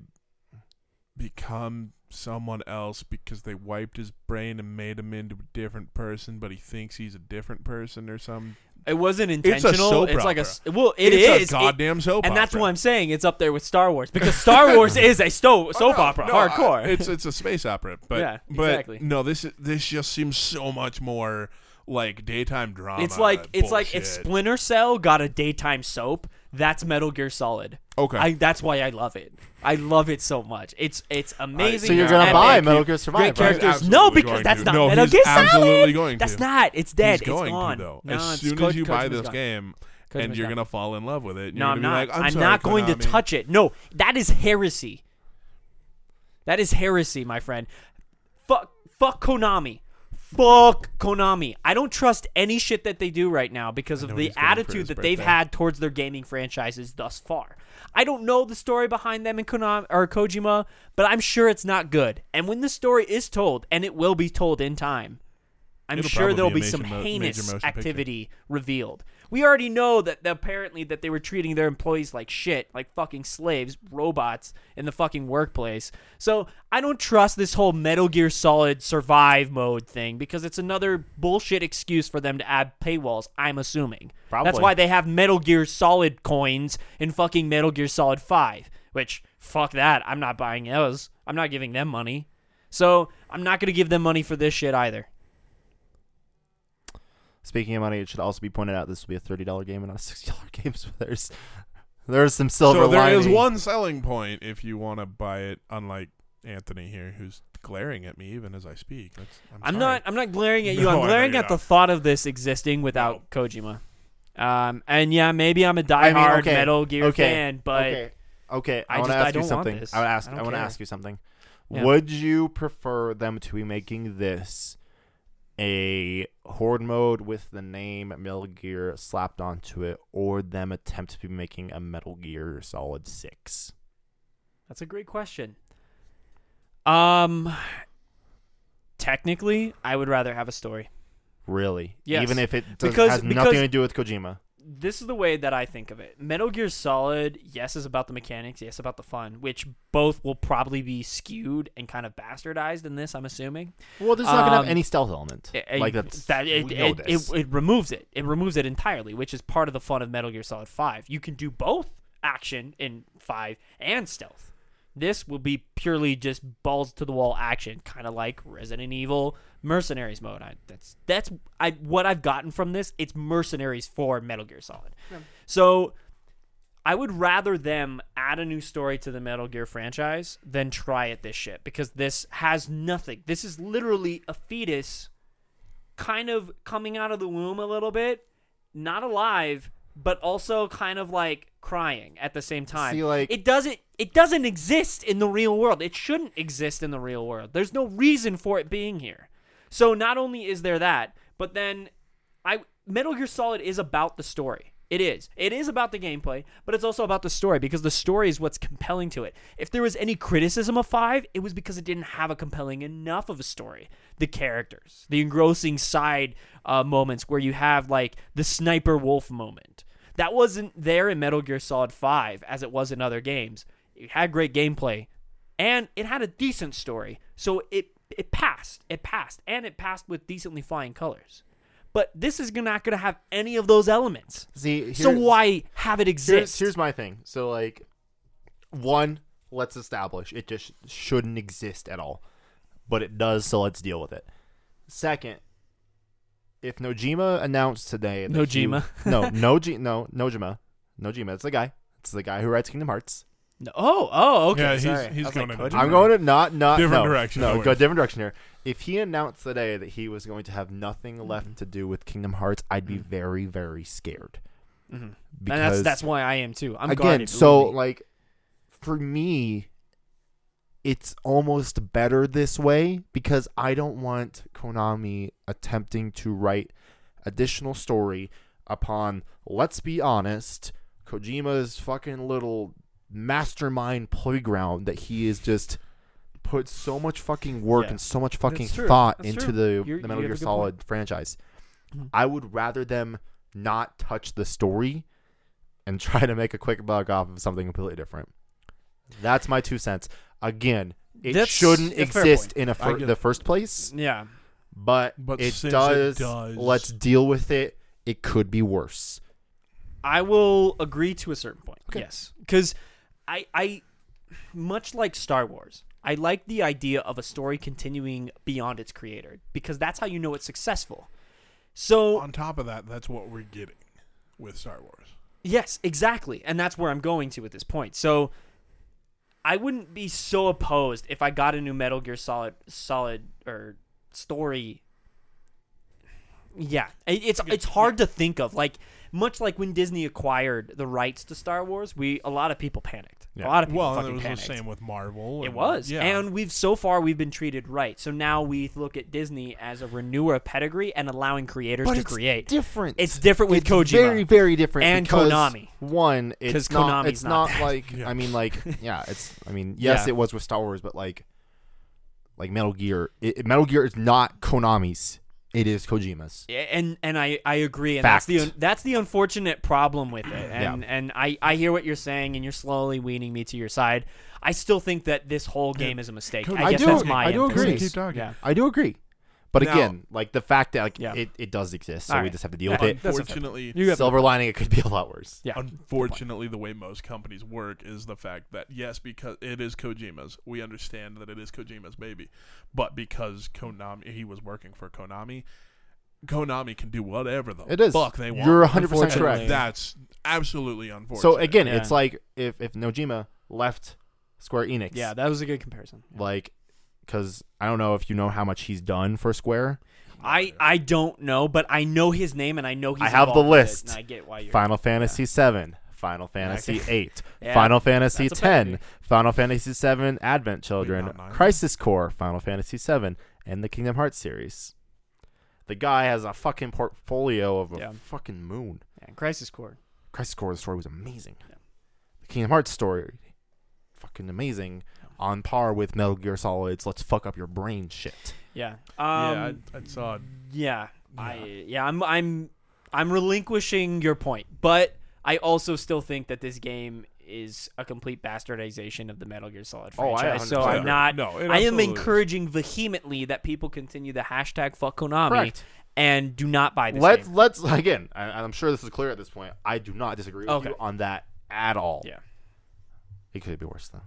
become someone else because they wiped his brain and made him into a different person, but he thinks he's a different person or something?
It wasn't
a
intentional.
soap
it's like
opera.
a s- well, it
it's
is.
a
It-
goddamn soap
and that's
opera.
why I'm saying it's up there with Star Wars because Star Wars is a sto-
Oh,
soap
no,
opera,
no, I-
hardcore.
it's it's a space opera, but
Yeah,
but
exactly.
no, this is, this just seems so much more like daytime drama.
It's like it's like if
bullshit.
Splinter Cell got a daytime soap, that's Metal Gear Solid.
Okay.
I, that's why I love it. I love it so much. It's it's amazing.
so you're
it's
gonna
epic.
buy Metal Gear
Great
Survive, right?
characters.
He's
No,
absolutely
because
going
that's
to.
not
No,
Metal
he's
Gear Solid.
absolutely going
That's
to.
not. It's dead.
He's going
it's gone.
to though.
No,
as
it's
soon
Ko-
as you buy
Kojima's
this
gone.
game, and
Kojima's
you're
gone.
gonna fall in love with it. and
No,
you're
I'm
gonna
not.
Be like, I'm,
I'm
sorry,
not going to
Konami."
touch it. No, that is heresy. That is heresy, my friend. Fuck, fuck Konami. Fuck Konami. I don't trust any shit that they do right now because of
know
the
he's going for
attitude
his
that they've
birthday.
had towards their gaming franchises thus far. I don't know the story behind them and Konami or Kojima, but I'm sure it's not good. And when the story is told, and it will be told in time, I'm
It'll
sure
probably
there'll
be
be
a major
some
mo- major
heinous
motion picture.
activity revealed. We already know that that apparently that they were treating their employees like shit, like fucking slaves, robots in the fucking workplace. So I don't trust this whole Metal Gear Solid survive mode thing because it's another bullshit excuse for them to add paywalls. I'm assuming that's
Probably.
why they have Metal Gear Solid coins in fucking Metal Gear Solid Five. Which fuck that, I'm not buying those. I'm not giving them money. So I'm not gonna give them money for this shit either.
Speaking of money, it should also be pointed out this will be a thirty dollar game and not a sixty dollar game. So there's there's some silver
So there
lining.
is one selling point if you want to buy it. Unlike Anthony here, who's glaring at me even as I speak. That's, I'm,
I'm
sorry.
not. I'm not glaring at you.
No, I
I'm
know
glaring
you're
at the
not.
thought of this existing without Kojima. Um, and yeah, maybe I'm a diehard
okay,
Metal Gear
okay,
fan, but
okay, okay.
I
I, want to
just- I
ask you
don't want
something.
this.
I want to
I
ask.
don't
I want to
care.
ask you something.
Yeah.
Would you prefer them to be making this a horde mode with the name Metal Gear slapped onto it, or them attempt to be making a Metal Gear Solid Six?
that's a great question. Um, technically, I would rather have a story.
Really?
Yes.
Even if it does,
Because-
has
because-
nothing to do with Kojima.
This is the way that I think of it. Metal Gear Solid, yes, is about the mechanics, yes, about the fun, which both will probably be skewed and kind of bastardized in this. I'm assuming.
Well, there's not gonna
Um,
have any stealth element.
It-
like
it-
that's
that it,
we know
it,
this.
it, it removes it. It removes it entirely, which is part of the fun of Metal Gear Solid Five. You can do both action in Five and stealth. This will be purely just balls to the wall action, kind of like Resident Evil Mercenaries mode. I, that's that's I what I've gotten from this. It's Mercenaries for Metal Gear Solid. So I would rather them add a new story to the Metal Gear franchise than try at this shit because this has nothing. This is literally a fetus kind of coming out of the womb a little bit, not alive, but also kind of like crying at the same time.
See, like-
it doesn't it doesn't exist in the real world. It shouldn't exist in the real world. There's no reason for it being here. So not only is there that, but then I Metal Gear Solid is about the story. It is. It is about the gameplay, but it's also about the story because the story is what's compelling to it. If there was any criticism of 5, it was because it didn't have a compelling enough of a story. The characters, the engrossing side uh, moments where you have like the sniper wolf moment. That wasn't there in Metal Gear Solid 5 as it was in other games. It had great gameplay, and it had a decent story. So it it passed, it passed, and it passed with decently flying colors. But this is not going to have any of those elements.
See,
so
here's-
why have it
here's,
exist?
here's my thing. So like, one, let's establish it just shouldn't exist at all, but it does. So let's deal with it. Second, if Nojima announced today, that he-
Nojima.
no, Noji, no, Nojima, Nojima. It's the guy. It's the guy who writes Kingdom Hearts.
No. Oh, oh, okay.
yeah, he's
sorry.
he's
I was
going
like,
in a
Cody?
I'm going to not not
Different
no,
direction, no
No, go
worries.
different direction here. If he announced today that he was going to have nothing
Mm-hmm.
left to do with Kingdom Hearts, I'd be very very scared.
Mhm.
Because
Mm-hmm. and that's that's why I am too. I'm glad
again,
it's
so
Lily.
like for me, it's almost better this way because I don't want Konami attempting to write additional story upon. Let's be honest, Kojima's fucking little mastermind playground that he is just put so much fucking work
Yeah.
and so much fucking
That's true.
thought
That's
into
true.
the,
You're-
the
you have
Metal
a
Gear
good
Solid franchise.
Mhm.
I would rather them not touch the story and try to make a quick buck off of something completely different. That's my two cents. Again, it
That's
shouldn't
a fair
exist in a
I
fir-
get-
the first place,
yeah,
but,
But
it,
since it
does,
does-
Let's deal with it. It could be worse.
I will agree to a certain point.
Okay.
Yes, because I, I, much like Star Wars, I like the idea of a story continuing beyond its creator because that's how you know it's successful. So
On top of that, that's what we're getting with Star Wars.
Yes, exactly. And that's where I'm going to at this point. So I wouldn't be so opposed if I got a new Metal Gear Solid solid or story. Yeah. It- It's it's hard to think of. Like much like when Disney acquired the rights to Star Wars, we a lot of people panicked.
Yeah.
A lot of people
Well, and
fucking
it was
panicked.
the same with Marvel.
It
and-
was.
yeah.
And we've so far we've been treated right. So now we look at Disney as a renewer of pedigree and allowing creators
But
to
it's
create.
different.
It's different with
It's
Kojima.
Very, very different.
And
because,
Konami.
One,
'Cause
it's not.
Konami's
It's
not
not,
bad.
like.
Yeah.
I mean, like, yeah. It's. I mean, yes,
Yeah.
it was with Star Wars, but like, like Metal Gear. It, it- Metal Gear is not Konami's. It is Kojima's.
and and I, I agree and that's
Fact.
the that's the unfortunate problem with it and and I, I hear what you're saying and you're slowly weaning me to your side I still think that this whole game is a mistake
Cool.
I,
I
guess
do-
that's my
I do
emphasis.
agree. Keep
talking.
yeah
I do agree, but
Now-
again, like the fact that like
Yeah.
it, it does exist, so
All
we
right.
just have to deal
Yeah.
with it.
That's a fair-
Unfortunately,
you have
Silver lining, it could be a lot worse.
yeah
Unfortunately, the way most companies work is the fact that yes, because it is Kojima's, we understand that it is Kojima's baby, but because Konami, he was working for Konami, Konami can do whatever the
It is.
fuck they want.
You're 100 percent
Unfortunately.
correct.
That's absolutely unfortunate.
So again,
Yeah.
it's like if if Nojima left Square Enix,
yeah that was a good comparison
like because I don't know if you know how much he's done for Square.
I I don't know but I know his name and I know he's
I have the
involved with it,
list.
and I get why you're
Final Fantasy VII, Final Fantasy VIII,
Yeah,
Final Fantasy
that's a fact,
X,
dude.
Final Fantasy VII Advent Children,
not nine.
Crisis Core, Final Fantasy VII, and the Kingdom Hearts series. The guy has a fucking portfolio of a
Yeah.
fucking moon.
yeah, Crisis Core
Crisis Core, the story was amazing.
Yeah.
The Kingdom Hearts story, fucking amazing. On par with Metal Gear Solid's "Let's fuck up your brain" shit.
yeah um,
yeah, I, I saw.
Yeah, I yeah, I'm I'm I'm relinquishing your point, but I also still think that this game is a complete bastardization of the Metal Gear Solid
Oh, I
franchise. so
100%
I'm
agree.
not.
No, it
I am
absolutely is.
encouraging vehemently that people continue the hashtag fuck Konami
Correct.
and do not buy this
Let's
game.
let's again. I, I'm sure this is clear at this point. I do not disagree with
Okay.
you on that at all.
Yeah.
It could be worse though.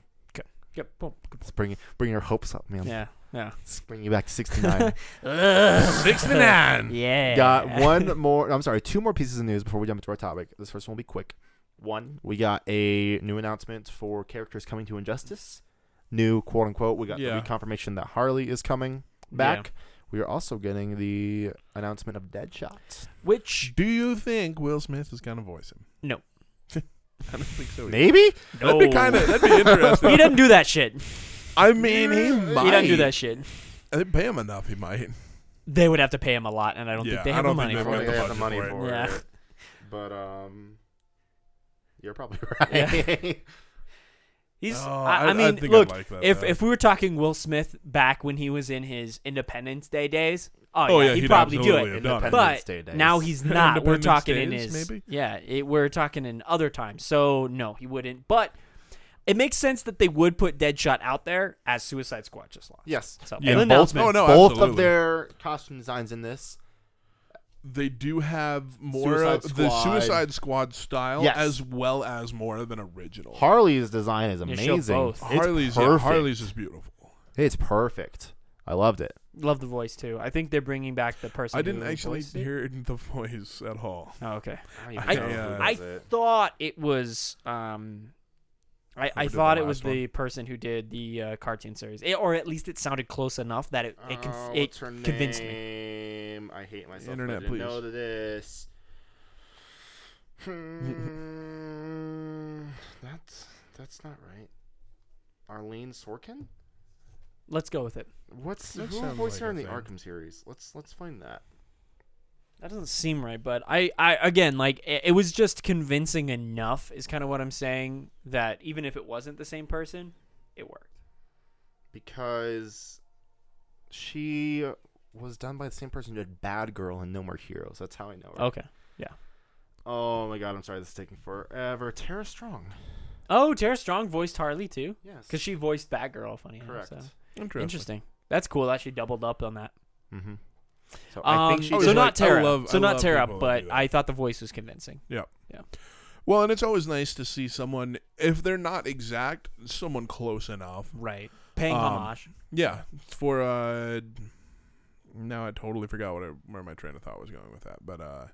Yep. boom.
Let's bring bring your hopes up, man.
Yeah. Yeah.
Let's bring you back to 69.
Sixty nine.
Yeah.
got one more. I'm sorry, two more pieces of news before we jump into our topic. This first one will be quick. One, we got a new announcement for characters coming to Injustice. New quote unquote. We got
Yeah.
the reconfirmation that Harley is coming back. We are also getting the announcement of Deadshot.
Which
Do you think Will Smith is gonna voice him?
No.
I don't think
Oh,
so. either.
Maybe
no.
That'd be kind of. That'd be interesting.
he doesn't do that shit. He
I mean, he might.
doesn't do that shit.
They pay him enough. He might.
They would have to pay him a lot, and I don't
Yeah,
think they
I
have the
don't
money
think
for
they've got
it.
They have the
budget
money
for it.
for
Yeah.
it. But um, you're probably right.
He's.
Oh,
I, I
I- I
mean,
think I'd
look.
like that,
if
though.
if we were talking Will Smith back when he was in his Independence Day days, oh,
Oh,
yeah,
yeah,
he'd
he'd
probably do
absolutely
it.
have done it.
But
Independence Day days.
now he's not. We're
Independence
talking in
days,
his
maybe?
yeah. It, we're talking in other times. So no, he wouldn't. But it makes sense that they would put Deadshot out there as Suicide Squad just lost.
yes.
So
Yeah,
an
both-
announcement.
oh, no,
both
absolutely.
of their costume designs in this.
they do have more
Suicide
of the
Squad.
Suicide Squad style
Yes.
as well as more of an
Oh.
original.
Harley's design is
They
amazing.
show both.
It's
Harley's yeah,
perfect.
Harley's is beautiful.
It's perfect. I loved it.
Love the voice too. I think they're bringing back the person.
I
who
didn't actually
voiced it.
hear it in the voice at all.
Oh, okay.
I don't even
I-
know who
yeah.
does
I
it.
thought it was um I, I
did the
thought it was
last one?
the person who did the uh, cartoon series, It- or at least it sounded close enough that it it,
Uh,
Uh,
conf- it convinced me.
me. I hate myself.
Internet,
Internet, I didn't know
please.
this. Hmm, that's that's not right. Arlene Sorkin.
Let's go with it.
What's
That
who
sounds
voiced
like
her
a
in the
thing.
Arkham series? Let's let's find that.
That doesn't seem right, but I, I again, like it, it was just convincing enough is kind of what I'm saying that even if it wasn't the same person, it worked.
because she was done by the same person who did Bad Girl and No More Heroes. That's how I know her.
Okay.
Oh my god, I'm sorry, this is taking forever. Tara Strong.
Oh, Tara Strong voiced Harley too,
Yes.
because she voiced Batgirl. Funny enough,
correct.
so.
Interesting.
Interesting. That's cool that she doubled up on that.
Mm-hmm. So I
Um,
think she
Oh,
did
so
was
not
like, I
Tara.
love-
so
I
not
love
Tara,
people who
but
do that.
I thought the voice was convincing.
Well, and it's always nice to see someone if they're not exact, someone close enough.
Right. Paying
Um,
homage.
Yeah, for uh, now I totally forgot what I, where my train of thought was going with that, but uh,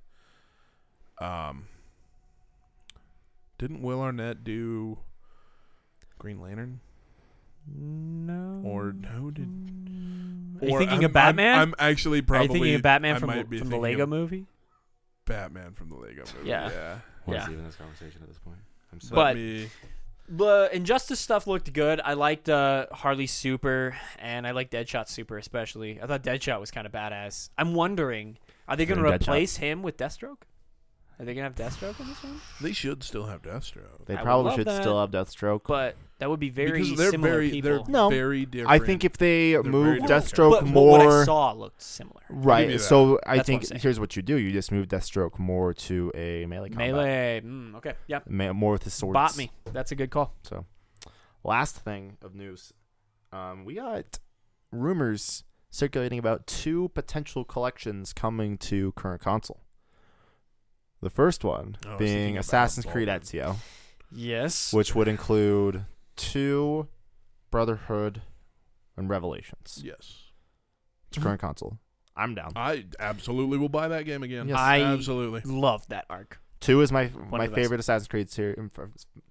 um, didn't Will Arnett do Green Lantern
No.
or no? Did
Mm. Are you
or
thinking
I'm-
of Batman?
I'm, I'm actually probably
Are you thinking of Batman
I
from,
might be
from the
thinking
Lego
of
movie?
Batman from the Lego movie.
Yeah.
yeah.
What is
yeah.
even this conversation at this point? I'm
Let
so
But-
me-
The Injustice stuff looked good. I liked uh, Harley Super, and I liked Deadshot Super especially. I thought Deadshot was kind of badass. I'm wondering, are they
They're
going to
in Deadshot.
replace him with Deathstroke? Are they going to have Deathstroke in this one?
they should still have Deathstroke.
they
I would
probably
love
should
that,
still have Deathstroke.
But that would be very
because they're
similar
very they're
people.
No.
very different.
I think if they
They're
move
very different
Deathstroke
but,
more
But what I saw looked similar.
Give you
right,
that.
so I
That's what I'm
think
saying.
here's what you do: you just move Deathstroke more to a melee combat,
Melee. Mm, okay. Yeah.
Ma- more with his swords.
Bot me. That's a good call.
So, last thing of news, um, we got rumors circulating about two potential collections coming to current console. The first one
I was thinking
being
about
Assassin's Creed
Baldwin.
Ezio,
Yes.
which would include two Brotherhood and Revelations
yes,
to current console. I'm down.
I absolutely will buy that game again.
Yes.
I-
absolutely.
Love that arc.
Two is my my
of the best.
favorite Assassin's Creed series.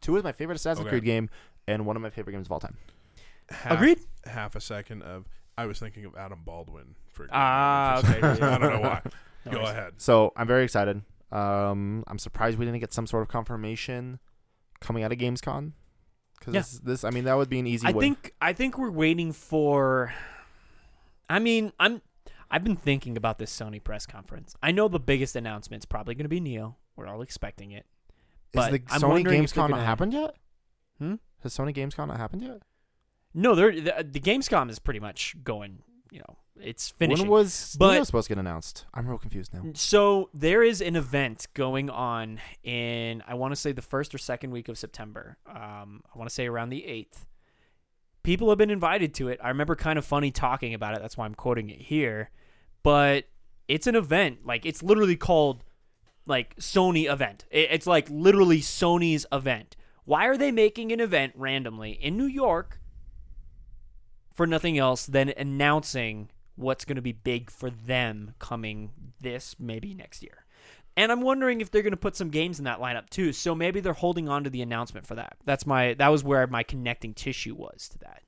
Two is my favorite Assassin's
Okay.
Creed game, and one of my favorite games of all time.
Half,
Agreed.
Half a second of I was thinking of Adam Baldwin for
Ah,
for some
okay.
reason. I don't know why.
No
Go
worries.
ahead.
So I'm very excited. Um, I'm surprised we didn't get some sort of confirmation coming out of GamesCon. Because
Yeah.
this, this, I mean, that would be an easy
I
win.
think I think we're waiting for. I mean, I'm. I've been thinking about this Sony press conference. I know the biggest announcement's probably going to be Neo. We're all expecting it.
Is
but
the
I'm
Sony
wondering if they're
GamesCon not
gonna-
happened yet?
Hmm?
Has Sony GamesCon not happened yet?
No, they're, the, the Gamescom is pretty much going. You know, it's finishing.
When was
But- Mm.
Neo supposed to get announced? I'm real confused now.
So there is an event going on in I want to say the first or second week of September. Um, I want to say around the eighth. People have been invited to it. I remember kind of funny talking about it. That's why I'm quoting it here. But it's an event. Like it's literally called like Sony event. I- It's like literally Sony's event. Why are they making an event randomly in New York for nothing else than announcing what's going to be big for them coming this maybe next year. And I'm wondering if they're going to put some games in that lineup too. So maybe they're holding on to the announcement for that. That's my that was where my connecting tissue was to that.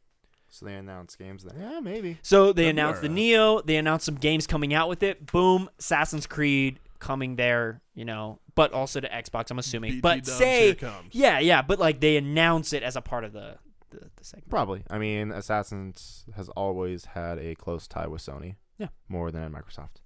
So they announced games. Then. Yeah, maybe.
So they
That'd be
announced the
alright.
Neo, they announced some games coming out with it. Boom, Assassin's Creed coming there, you know, but also to Xbox, I'm assuming.
BT
but
Dubs,
say
here comes.
Yeah, yeah, but like they announce it as a part of the the, the segment.
Probably. I mean, Assassin's has always had a close tie with Sony.
Yeah.
More than Microsoft.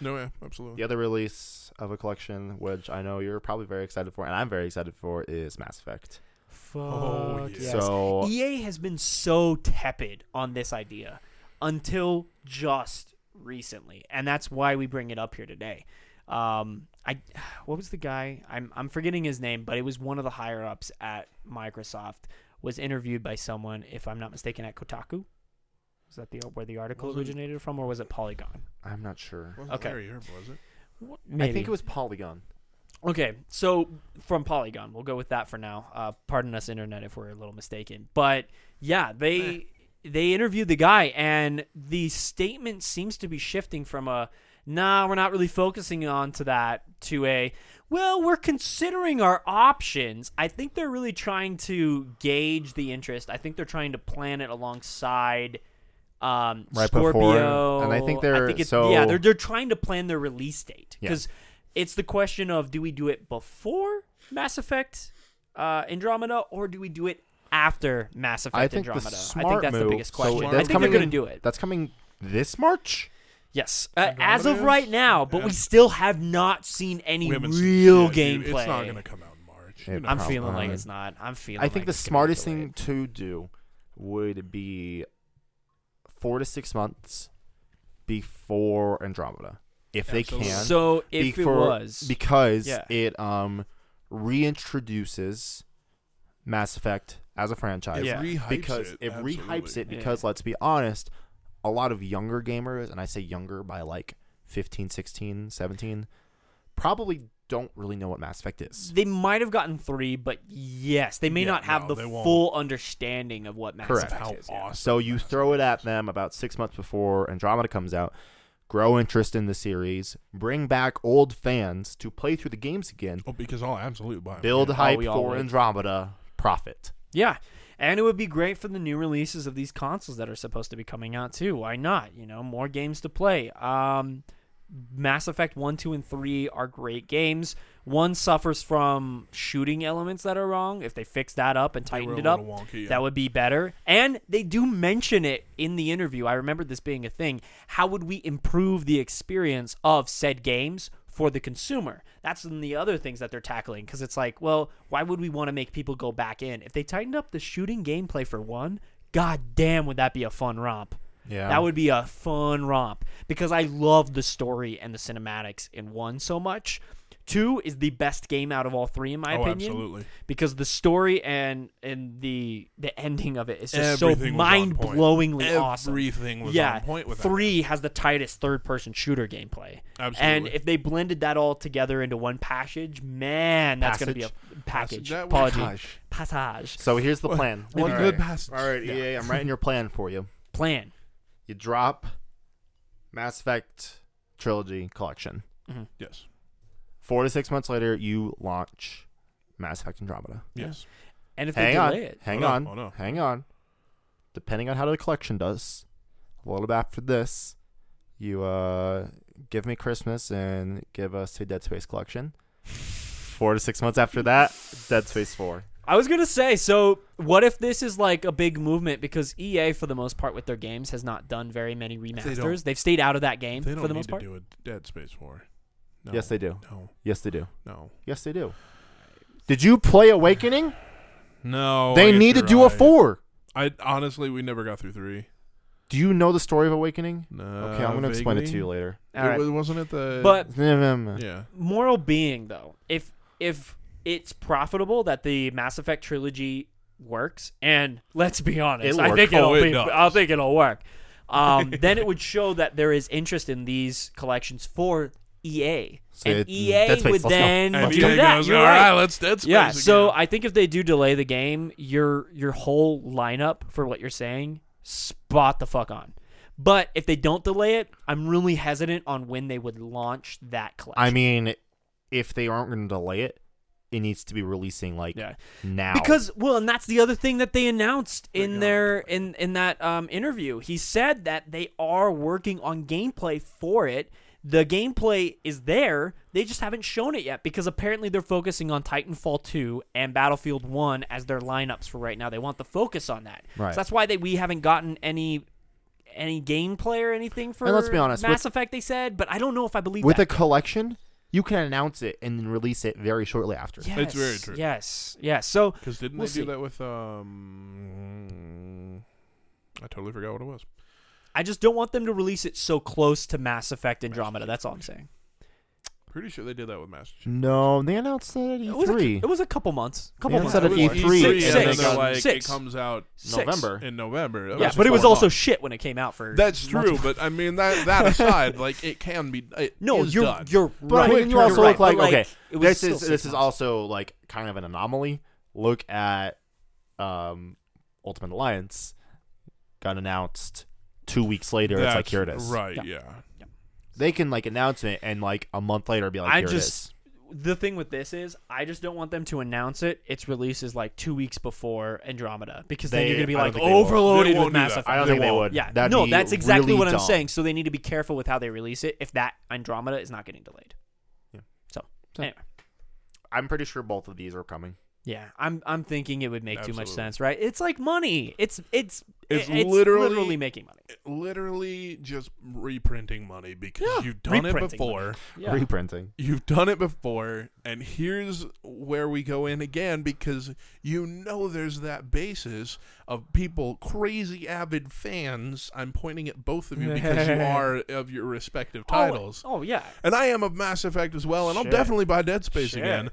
No, yeah, absolutely.
The other release of a collection, which I know you're probably very excited for, and I'm very excited for, is Mass Effect.
Fuck
Oh, yeah.
yes. E-
So
EA has been so tepid on this idea until just recently, and that's why we bring it up here today. Um, I what was the guy? I'm I'm forgetting his name, but it was one of the higher ups at Microsoft was interviewed by someone, if I'm not mistaken, at Kotaku. Was that the where the article
Wasn't-
originated from, or was it Polygon?
I'm not sure.
Wasn't
Okay.
Larry Herb, was it?
Maybe.
I think it was Polygon.
Okay, so from Polygon, we'll go with that for now. Uh, pardon us, internet, if we're a little mistaken, but yeah, they they interviewed the guy, and the statement seems to be shifting from a nah, we're not really focusing on to that to a well, we're considering our options. I think they're really trying to gauge the interest. I think they're trying to plan it alongside um,
Right before,
Scorpio.
and I think they're-
it's-
so-
yeah, they're they're trying to plan their release date
Yeah.
because it's the question of do we do it before Mass Effect uh, Andromeda or do we do it after Mass Effect
I think
Andromeda?
the
I think
smart
that's
move.
the biggest
so
question.
that's
I think they're
coming
going to
in-
do it.
That's coming this March.
Yes, uh, as of
Andromeda
right
is-
now, but
yeah.
we still have not seen any
We haven't seen-
real
yeah, dude,
gameplay.
It's not gonna come out in March.
It
You know
I'm
how-
probably-
feeling like
uh,
it's not. I'm feeling.
I think
like
the
it's gonna be
smartest thing
delayed.
to do would be four to six months before Andromeda, if they
Absolutely.
can.
So if
before-
it was,
because
Yeah.
it um reintroduces Mass Effect as a franchise.
It
Yeah.
rehypes
because
it,
it rehypes
absolutely.
it because let's be honest, a lot of younger gamers, and I say younger by like 15, 16, 17, probably don't really know what Mass Effect is.
they might have gotten three, but yes, they may
Yeah,
not have
no,
the
they won't.
full understanding of what Mass
Correct.
Effect
How
is. yeah.
Mm-hmm. awesome!
So you
that
throw it at
is.
them about six months before Andromeda comes out, grow interest in the series, bring back old fans to play through the games again,
Oh, because I'll absolutely buy 'em,
build
yeah.
hype
Oh, we all
for
would.
Andromeda, profit.
Yeah. And it would be great for the new releases of these consoles that are supposed to be coming out too. Why not? You know, more games to play. Um Mass Effect 1, 2 and 3 are great games. One suffers from shooting elements that are wrong. If they fix that up and
They were
tightened
a
it up,
little wonky, yeah.
that would be better. And they do mention it in the interview. I remember this being a thing. How would we improve the experience of said games for the consumer? That's one of the other things that they're tackling because it's like, well, why would we want to make people go back in? If they tightened up the shooting gameplay for one, god damn, would that be a fun romp.
Yeah.
That would be a fun romp because I love the story and the cinematics in one so much. Two is the best game out of all three, in my
Oh,
opinion
absolutely.
because the story and and the the ending of it is just
Everything
so
was on
mind
point.
blowingly awesome.
Everything was
yeah,
on point with that.
three has the tightest third person shooter gameplay. And
Absolutely.
if they blended that all together into one passage, man, that's going to be a
Passage,
package.
that would-
Apology.
Gosh.
Passage.
So here's the plan.
One
All
good
right.
passage.
All right,
Yeah.
EA, I'm writing your plan for you.
Plan.
You drop Mass Effect Trilogy Collection.
Yes.
Four to six months later, you launch Mass Effect Andromeda.
Yes.
And if
Hang
they
on,
delay it,
hang
Hold up,
on,
hold up.
hang on. Depending on how the collection does, a little bit after this, you uh, give me Christmas and give us a Dead Space collection. Four to six months after that, Dead Space Four.
I was gonna say, so what if this is like a big movement because EA, for the most part, with their games, has not done very many
don't-
remasters. They've stayed out of that game
They don't
for the
need
most
to
part.
do a Dead Space War. No.
Yes, they do.
No.
Yes, they do.
No.
Yes, they do. Did you play Awakening?
No. Oh, I
they
guess
need to
you're
do a
right.
four.
I honestly, we never got through three.
Do you know the story of Awakening?
No.
Okay, I'm gonna explain it to you later.
All right.
It, wasn't it the
But
yeah.
moral being though if if it's profitable that the mass effect trilogy works and let's be honest
It'll
i
work.
think it'll
Oh, it
be,
does.
i think it'll work um, then it would show that there is interest in these collections for ea
So
and
it-
ea
Dead Space,
would
let's go.
then
And
do
EA
that
goes,
You're
all
right.
right, let's Dead Space.
yeah so
again."
i think if they do delay the game your your whole lineup for what you're saying spot the fuck on but if they don't delay it i'm really hesitant on when they would launch that collection
I mean, if they aren't going to delay it, it needs to be releasing like
Yeah.
now.
Because well, and that's the other thing that they announced in
gonna
their in in that um, interview. He said that they are working on gameplay for it. The gameplay is there. They just haven't shown it yet because apparently they're focusing on Titanfall 2 and Battlefield 1 as their lineups for right now. They want the focus on that.
Right.
So that's why they we haven't gotten any any gameplay or anything for
And let's be honest,
Mass
with-
Effect they said, but I don't know if I believe
with
that.
a collection, you can announce it and then release it very shortly after.
yes,
It's very true.
Yes. Yes. So
Because didn't
We'll
they
see.
do that with um? I totally forgot what it was.
I just don't want them to release it so close to Mass Effect Andromeda. That's all I'm saying.
Pretty sure they did that with Master Chief.
No, they announced that at E
It was, a,
E3.
it was a couple months. Couple
Yeah,
months.
it's at
It was
E3,
E3,
six,
and then
six,
they're like,
six.
it comes out
Six.
November.
in November. That
Yeah,
was
but it was
four
also
months.
shit when it came out for.
That's true, but I mean that that aside, like it can be. It
no,
is
you're
done.
you're
But I
right.
mean, you
you're
also
right,
look like,
but,
okay,
it was
this
still
is
six
this is
months.
also like kind of an anomaly. Look at um, Ultimate Alliance got announced two weeks later. it's like
That's
here it is.
Right?
Yeah.
Yeah.
They can like announce it and like a month later be like, Oh,
I
here it
just-
is.
the thing with this is I just don't want them to announce it. Its release is like two weeks before Andromeda because then
They-
you're gonna be
I don't
like
think they will.
overloaded
They
with
won't do
Mass
that.
Effect.
I don't
They
think they
won't.
would.
yeah,
That'd
no,
be
that's exactly
really
what I'm
dumb.
saying. So they need to be careful with how they release it. If that Andromeda is not getting delayed,
Yeah.
So,
So-
anyway,
I'm pretty sure both of these are coming.
yeah, I'm I'm thinking it would make too much
Absolutely.
sense, right? It's like money. It's it's
It's
it-
literally-
making money.
Literally just reprinting money because
Yeah,
you've done it
reprinting
before.
Yeah.
Reprinting.
You've done it before, and here's where we go in again because you know there's that basis of people, crazy avid fans. I'm pointing at both of you because you are of your respective
Oh,
titles.
Oh, yeah.
And I am of Mass Effect as well, and I'll
Shit.
definitely buy Dead Space
Shit.
again.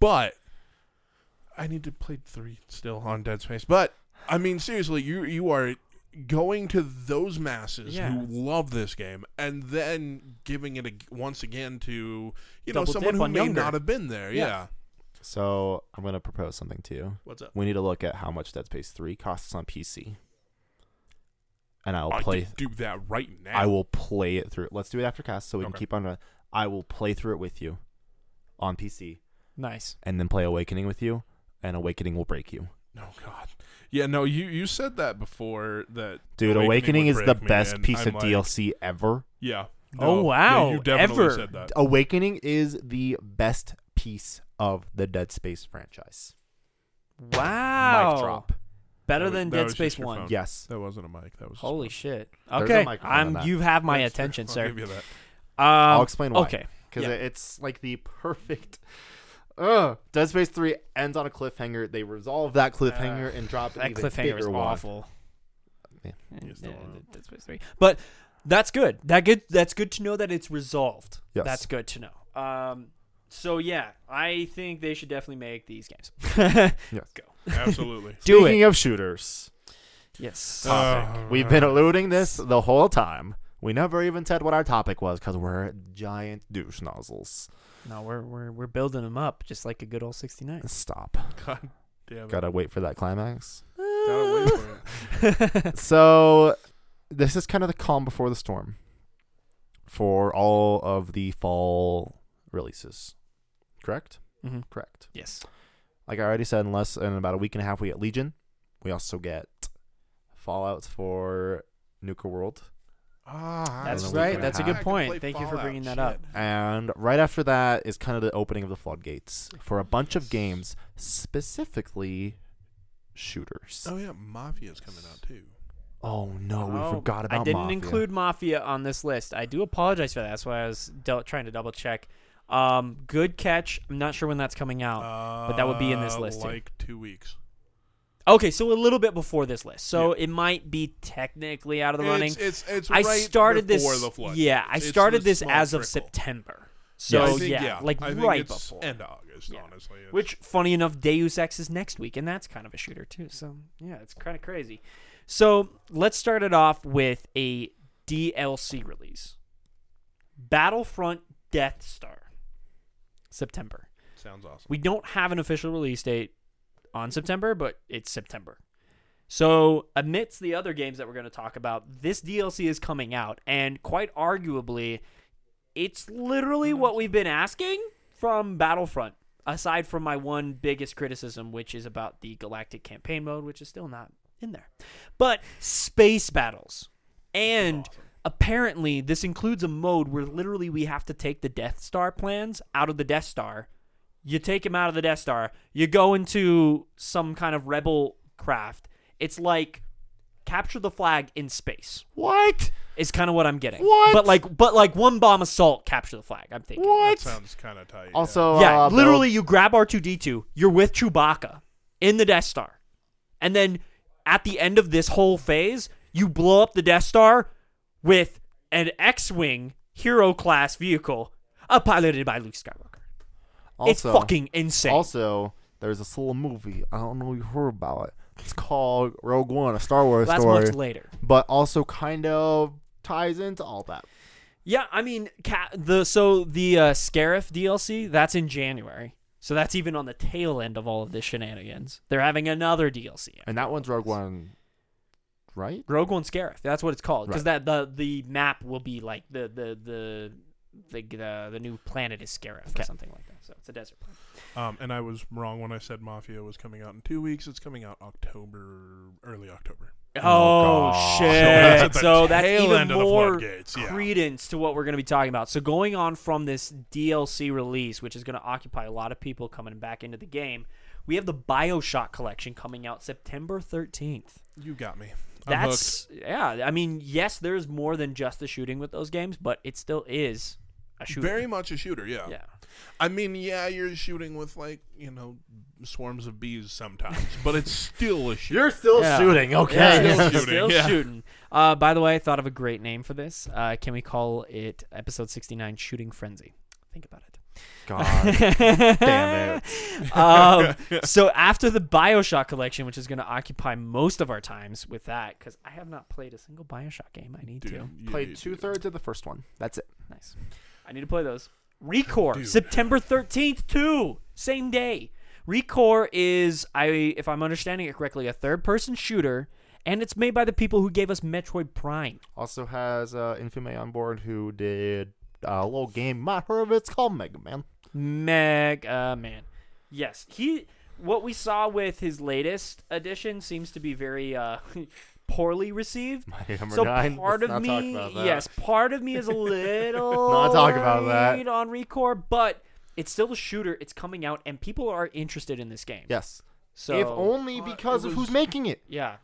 But I need to play three still on Dead Space. But I mean, seriously, you you are going to those masses
Yeah.
who love this game, and then giving it a, once again to you know
Double
someone
dip
who
on
may
younger.
not have been there.
Yeah.
Yeah.
So I'm gonna propose something to you.
What's up?
We need to look at how much Dead Space Three costs on PC, and I will play.
do that right now.
I will play it through. Let's do it after cast, so we can
Okay.
keep on. uh, I will play through it with you on PC,
Nice.
and then play Awakening with you, and Awakening will break you.
No God. Yeah. No. You you said that before. That
Dude, Awakening,
would
is the
break me,
best
and
piece
I'm
of
like-
DLC ever.
Yeah.
Oh,
No,
wow,
You, you definitely
ever.
said that.
Awakening is the best piece of the Dead Space franchise.
Wow.
Mic drop.
That
Better
was-
than
that
Dead
was
Space
just your
One.
phone.
Yes.
That wasn't a mic. That was just
Holy
one.
shit.
a
Okay,
microphone on
I'm.
that.
You have my
That's fair.
attention,
I'll
sir.
give you that.
Um,
I'll explain why.
Okay.
because
Yeah.
it's like the perfect. Ugh. Dead Space Three ends on a cliffhanger. They resolve that cliffhanger and drop an
That
even
cliffhanger is
bigger one.
awful.
Yeah.
And,
Yes, that
uh,
one.
Dead Space 3. But that's good. That good that's good to know that it's resolved.
Yes.
That's good to know. Um so yeah, I think they should definitely make these games. Do
Yes.
Absolutely.
Speaking
it.
of shooters,
Yes.
topic. we've been eluding this the whole time. We never even said what our topic was because we're giant douche nozzles.
no, we're we're we're building them up just like a good old 69.
Stop.
God damn it.
Gotta wait for that climax.
Gotta wait for it.
so, this is kind of the calm before the storm for all of the fall releases. Correct?
Mhm.
Correct.
Yes.
like I already said, unless in about a week and a half we get Legion. We also get Fallout for Nuka World,
Ah,
That's
I
right,
can
that's a
play-
good
I can
point.
play
Thank you for
Fallout.
bringing that up.
Shit.
and right after that is kind of the opening of the floodgates for a bunch of games, specifically shooters.
Oh yeah, Mafia's coming out too.
Oh no, we
Oh,
forgot about.
I didn't
Mafia.
include Mafia on this list. I do apologize for that. That's why I was del- trying to double check. Um, good catch. I'm not sure when that's coming out.
but
Oh, that would be in this list, too.
Uh, Like two weeks.
Okay, so a little bit before this list. So it might be technically out of the running.
It's, it's, it's
I
right
started this
before the flood.
Yeah, I
It's
started
the
this
small
as of
trickle.
September.
I
So
think,
yeah, like
I think
right
it's
before.
end of August,
Yeah.
honestly. It's-
Which funny enough Deus Ex is next week and that's kind of a shooter too. So yeah, it's kind of crazy. So, let's start it off with a DLC release. Battlefront Death Star. September.
sounds awesome.
We don't have an official release date on September, but it's September. So, amidst the other games that we're going to talk about, this DLC is coming out, and quite arguably, it's literally what we've been asking from Battlefront. Aside from my one biggest criticism, which is about the Galactic Campaign mode, which is still not in there, but space battles. And apparently, this includes a mode where literally we have to take the Death Star plans out of the Death Star you take him out of the Death Star. You go into some kind of rebel craft. It's like capture the flag in space.
What?
Is kind of what I'm getting.
What?
But like, but like one bomb assault, capture the flag. I'm thinking.
That
What?
sounds kind of tight.
Also,
Yeah,
uh,
literally, you grab R2D2. You're with Chewbacca in the Death Star, and then at the end of this whole phase, you blow up the Death Star with an X-wing hero class vehicle, uh, piloted by Luke Skywalker.
Bill-
it's
also-
fucking insane.
Also, there's this little movie. I don't know if you heard about it. It's called Rogue One, a Star Wars
That's
story,
much later.
but also kind of ties into all that.
Yeah, I mean, ca the so the uh, Scarif DLC that's in January, so that's even on the tail end of all of this shenanigans. They're having another DLC.
And that one's Rogue One right?
Rogue One Scarif. That's what it's called because that the the map will be like the the the the the, the new planet is Scarif
Okay.
or something like that. So it's a desert planet.
Um, and I was wrong when I said Mafia was coming out in two weeks. It's coming out October, early October.
Oh,
Oh,
gosh.
that's at
shit!
the
So that's
tail
even
end of the
more
floodgates, yeah.
credence to what we're going to be talking about. So going on from this DLC release, which is going to occupy a lot of people coming back into the game, we have the Bioshock collection coming out September thirteenth.
You got me. I'm hooked.
That's yeah. I mean, yes, there's more than just the shooting with those games, but it still is a shooting.
very much a shooter. Yeah.
yeah.
I mean, yeah, you're shooting with like you know swarms of bees sometimes, but it's still a shooter.
You're still
Yeah.
shooting,
Yeah,
okay?
still
yeah,
shooting,
still
yeah.
shooting. Uh, by the way, I thought of a great name for this. Uh, can we call it episode 69 Shooting Frenzy? Think about it.
God, damn it.
um, so after the Bioshock collection, which is going to occupy most of our times with that, because I have not played a single Bioshock game. I need
Dude,
to.
you
Played
need to.
two thirds of the first one. That's it.
Nice. I need to play those. Recore,
Dude.
September 13th, too. Same day. Recore is, I if I'm understanding it correctly, a third person shooter, and it's made by the people who gave us Metroid Prime.
Also has uh, Infume on board who did uh, a little game. I heard of it. It's called Mega Man.
Mega Man. Yes, he. What we saw with his latest edition seems to be very uh, poorly received.
My number
so
nine.
part
Let's
of
not talk
me,
about that.
yes, part of me is a little
Not talk about that.
worried on Recore, but it's still a shooter. It's coming out, and people are interested in this game.
Yes.
So
if only
Uh, it
because of
was-
who's making it.
yeah,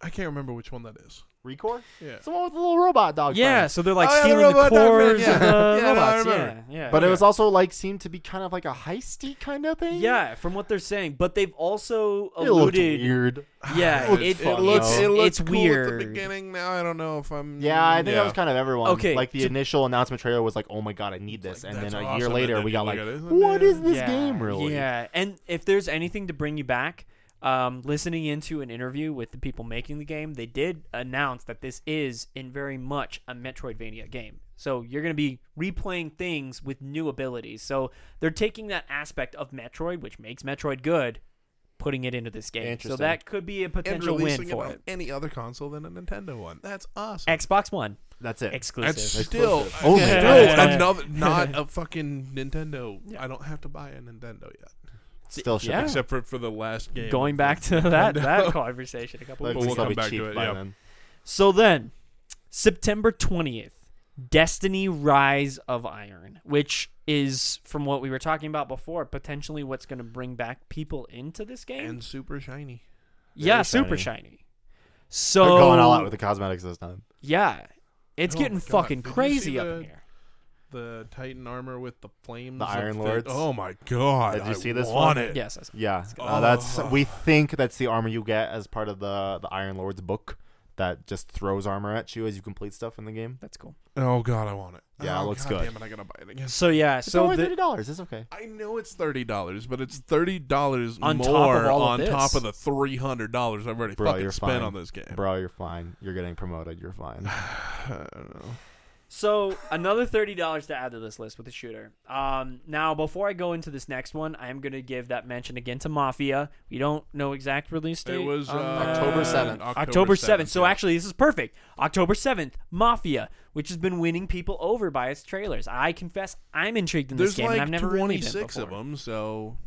I can't remember which one that is.
Recore?
Yeah.
Someone with a little robot dog.
yeah.
friend.
So they're like
Oh, yeah, the
stealing the
robot dog friend,
cores
yeah.
of the
Yeah, no, I
robots. yeah,
remember.
yeah.
But it was also like seemed to be kind of like a heisty kind of thing.
yeah, from what they're saying, but they've also
It looked
alluded.
weird.
Yeah,
It
it,
looked fun,
looks
though.
it looked
it's
cool
weird.
at the beginning. Now I don't know if I'm.
Yeah, I think that was kind of everyone.
Okay,
Like the
to-
initial announcement trailer was like, "Oh my god, I need this,"
like,
and then
"That's
a
awesome,"
year
and
later
then
we
you
got
look
like,
at it, and
"What
then-
is this
yeah,
game really?"
Yeah, and if there's anything to bring you back, um, listening into an interview with the people making the game, they did announce that this is in very much a Metroidvania game. So you're going to be replaying things with new abilities. So they're taking that aspect of Metroid, which makes Metroid good, putting it into this game. So
Interesting.
that could be a
And
potential
releasing
win
it
for
on
it.
any other console than a Nintendo one. That's awesome.
Xbox One
That's it.
exclusive.
That's still
Exclusive. Only.
still
Yeah.
another not a fucking Nintendo. I don't have to buy a Nintendo yet,
Still
Yeah.
shipping.
except for for the last game.
Going back to that that conversation a couple
But
But we'll
they'll
come
be
back to
cheap
it,
by
yeah.
then.
So then, September 20th, Destiny Rise of Iron, which is from what we were talking about before, potentially what's going to bring back people into this game.
and super shiny.
yeah,
very
super
shiny.
shiny. So
They're going all out with the cosmetics this time.
Yeah. It's
Oh
getting
my God,
fucking
did you see
crazy up
the-
in here.
The Titan armor with the flames.
The
of
Iron Lords.
oh my god!
Did you
I
see this
want
one?
It.
Yes. I saw-
Yeah, uh, that's we think that's the armor you get as part of the the Iron Lord's book that just throws armor at you as you complete stuff in the game.
That's cool.
Oh god, I want it.
Yeah, it
oh,
looks
god
good.
Damn it, I gotta buy it again.
So yeah,
It's
so
only
the-
thirty dollars. It's okay.
I know it's thirty dollars, but it's thirty dollars
On
more
top of all of
on
this.
top of the three hundred dollars I've already
Bro,
fucking
you're
spent
fine.
on this game.
Bro, you're fine. You're getting promoted. You're fine.
I don't know.
So another thirty dollars to add to this list with the shooter. Um, now before I go into this next one, I am gonna give that mention again to Mafia. We don't know exact release date.
It was uh,
on that.
October 7th.
October seventh. So
yeah.
actually, this is perfect. October seventh, Mafia, which has been winning people over by its trailers. I confess, I'm intrigued in
there's
this game,
like
and I've never really
twenty
been
six of
before.
them, so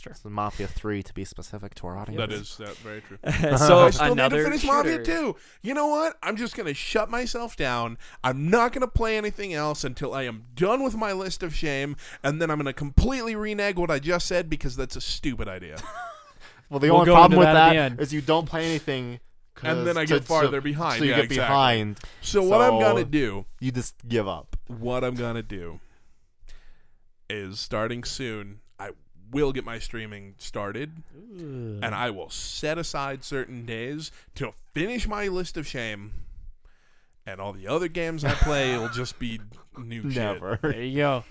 true.
It's Mafia Three to be specific to our audience.
that is that's very true.
so
I still
another
need to finish
shooter.
Mafia too. You know what? I'm just gonna shut myself down. I'm not gonna play anything else until I am done with my list of shame, and then I'm gonna completely renege what I just said because that's a stupid idea.
Well, the
We'll
only
go
problem
into
with
that at
that
the
is
end.
you don't play anything. 'cause-
And then I
to-
get farther
so-
behind.
So you
Yeah,
get
exactly.
behind.
So, what
So-
I'm gonna do,
You just give up.
what I'm gonna do, is starting soon. I will get my streaming started, and I will set aside certain days to finish my list of shame. And all the other games I play will just be new shit.
Never.
There you go.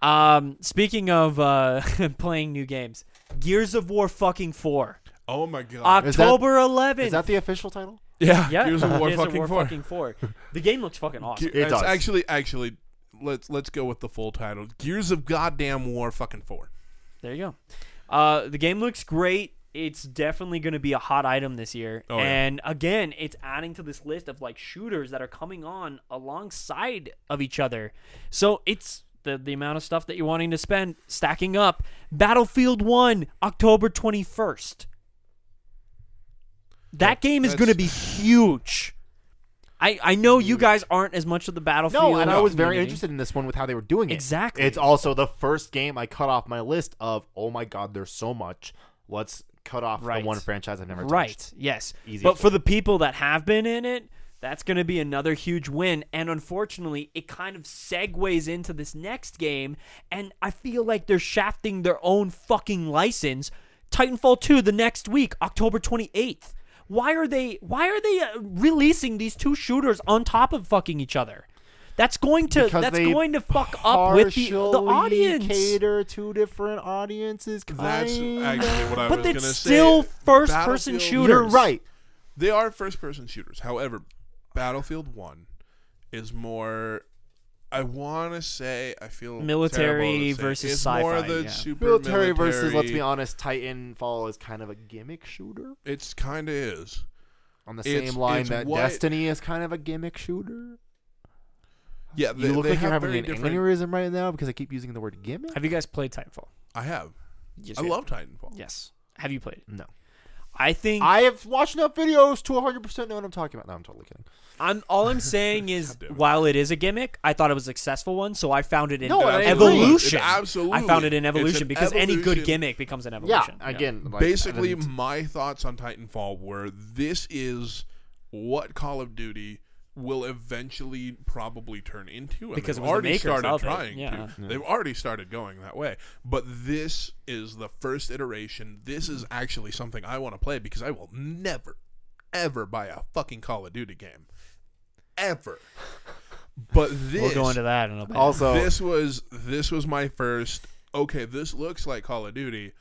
Um, speaking of uh, playing new games, Gears of War fucking four,
Oh my god.
Is that-
October eleventh.
Is that the official title?
yeah.
Yeah,
Gears of War
Gears
fucking four.
fucking four. The game looks fucking awesome.
It
It's
does.
Actually, actually, let's let's go with the full title. Gears of Goddamn War fucking four.
There you go. Uh, the game looks great. it's definitely going to be a hot item this year.
Oh, yeah.
and again, it's adding to this list of like shooters that are coming on alongside of each other. So it's the, the amount of stuff that you're wanting to spend stacking up. Battlefield 1, October 21st. That game is
that's-
going to be huge. I, I know you guys aren't as much of the Battlefield.
No, and I was very
community.
interested in this one with how they were doing it.
Exactly.
It's also the first game I cut off my list of, oh my god, there's so much. Let's cut off
Right.
the one franchise I've never
Right.
touched.
Yes.
Easiest
but for the people that have been in it, that's going to be another huge win. And unfortunately, it kind of segues into this next game. And I feel like they're shafting their own fucking license. Titanfall 2 the next week, October 28th. Why are they why are they uh, releasing these two shooters on top of fucking each other? That's going to
Because
that's
they
going to fuck up with the, the
partially
audience.
Cater to different audiences.
That's
kinda.
actually what I
but
was going to
it's
say.
still first-person
Battlefield-
shooters.
You're right.
They are first person shooters. However, Battlefield 1 is more. I want to say, I feel.
Military
terrible to say.
versus
it's More
sci-fi,
the
yeah.
super
Military versus, let's be honest, Titanfall is kind of a gimmick shooter.
It's kind of is.
On the
It's-
same line
it's
that
what-
Destiny is kind of a gimmick shooter.
Yeah, they,
you look
they
like you're
have
having
very
an
different.
aneurysm right now because I keep using the word gimmick.
Have you guys played Titanfall?
I have.
Yes,
I love Titanfall.
Yes. Have you played it?
No.
I think
I have watched enough videos to 100% know what I'm talking about. No, I'm totally kidding.
I'm all I'm saying is
God damn it.
while it is a gimmick, I thought it was a successful one, so I found it in
No, and I agree.
evolution.
It absolutely-
I found it in
it's an
evolution because any good
evolution.
gimmick becomes an
Yeah,
evolution.
again, like, I
Basically,
didn't-
my thoughts on Titanfall were this is what Call of Duty will eventually probably turn into. And
Because it
they've
was the
already
makers
started
of it,
trying
yeah.
to. They've already started going that way. But this is the first iteration. This is actually something I want to play because I will never, ever buy a fucking Call of Duty game. Ever. But this
We'll go into that in a bit.
also,
this was this was my first okay this looks like call of duty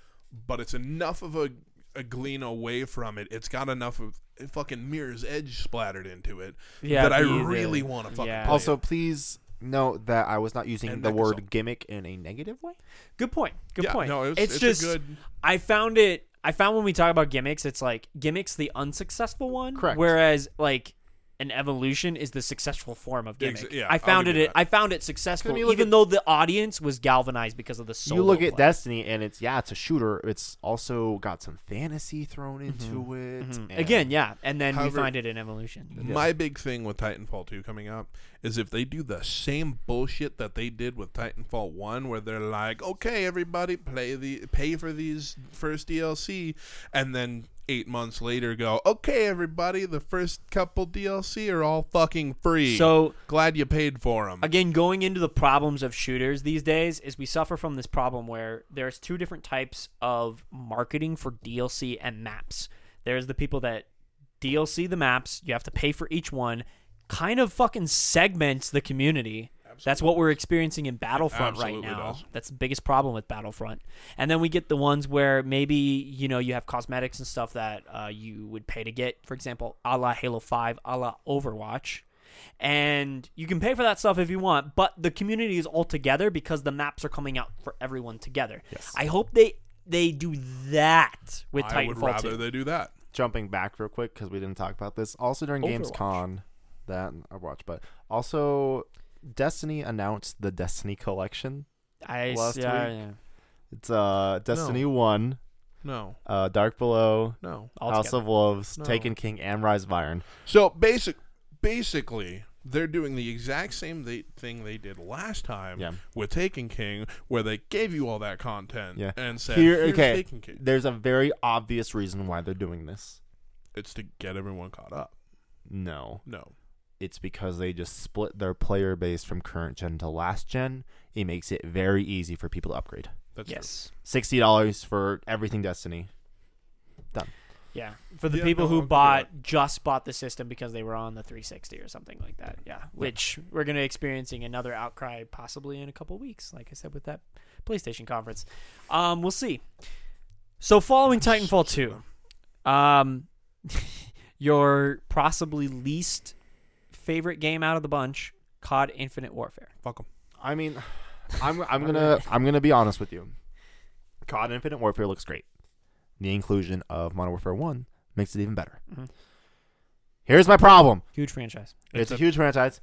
but it's enough of a, a glean away from it it's got enough of it fucking mirror's edge splattered into it
Yeah,
that i
the- the-
really want to fucking
yeah.
play
also please note that I was not using
And
the
Microsoft.
word gimmick in a negative way.
Good point. Good
Yeah,
point.
no, it was- it's
it's,
a
just
good-
I found it. I found when we talk about gimmicks, it's like gimmicks the unsuccessful one,
Correct.
Whereas like an evolution is the successful form of
Ex-
gimmick.
yeah,
I
I'll
found
give
it.
you that.
I found it successful,
Because when you look
even
at-
though the audience was galvanized because of the solo.
you look at
play.
Destiny, and it's yeah, it's a shooter. It's also got some fantasy thrown into it. and-
again, yeah, and then
However-
we find it in evolution.
it my big thing with titanfall 2 coming up is if they do the same bullshit that they did with titanfall 1 where they're like okay everybody play the pay for these first dlc and then eight months later go okay everybody the first couple dlc are all fucking free
So
Glad you paid for them.
again, going into the problems of shooters these days is we suffer from this problem where there's two different types of marketing for DLC and maps. There's the people that DLC the maps, you have to pay for each one, kind of fucking segments the community. That's what we're experiencing in Battlefront right
absolutely
now.
does.
That's the biggest problem with Battlefront. And then we get the ones where maybe you know you have cosmetics and stuff that uh, you would pay to get, for example, a la Halo Five, a la Overwatch, and you can pay for that stuff if you want. But the community is all together because the maps are coming out for everyone together. I hope they they do that with
I would
Titanfall
rather
2.
they do that.
jumping back real quick because we didn't talk about this. Also during GamesCon, that I watched, but also Destiny announced the Destiny collection.
I
last
yeah,
week.
yeah.
It's uh Destiny One,
No,
uh Dark Below,
no.
All
House
together.
of Wolves,
No.
Taken King, and Rise of Iron.
So basic, basically, they're doing the exact same they, thing they did last time
Yeah.
with Taken King, where they gave you all that content
Yeah.
and said,
Here,
"Here's
okay.
Taken King."
There's a very obvious reason why they're doing this.
It's to get everyone caught up.
No,
No,
it's because they just split their player base from current gen to last gen. It makes it very easy for people to upgrade.
that's
Yes.
Sixty dollars for everything Destiny. Done.
Yeah, for the
Yeah, no,
people
I'll
who
give you
bought just bought the system because they were on the 360 or something like that. Yeah, which we're gonna experiencing another outcry possibly in a couple weeks. Like I said with that PlayStation conference, um, we'll see. So following Titanfall two, um, your possibly least favorite game out of the bunch, COD Infinite Warfare.
true. Fuck 'em.
I mean, I'm I'm gonna I'm gonna be honest with you. COD Infinite Warfare looks great. the inclusion of Modern Warfare 1 makes it even better.
Mhm.
Here's my problem
Huge franchise.
it's, a, huge franchise.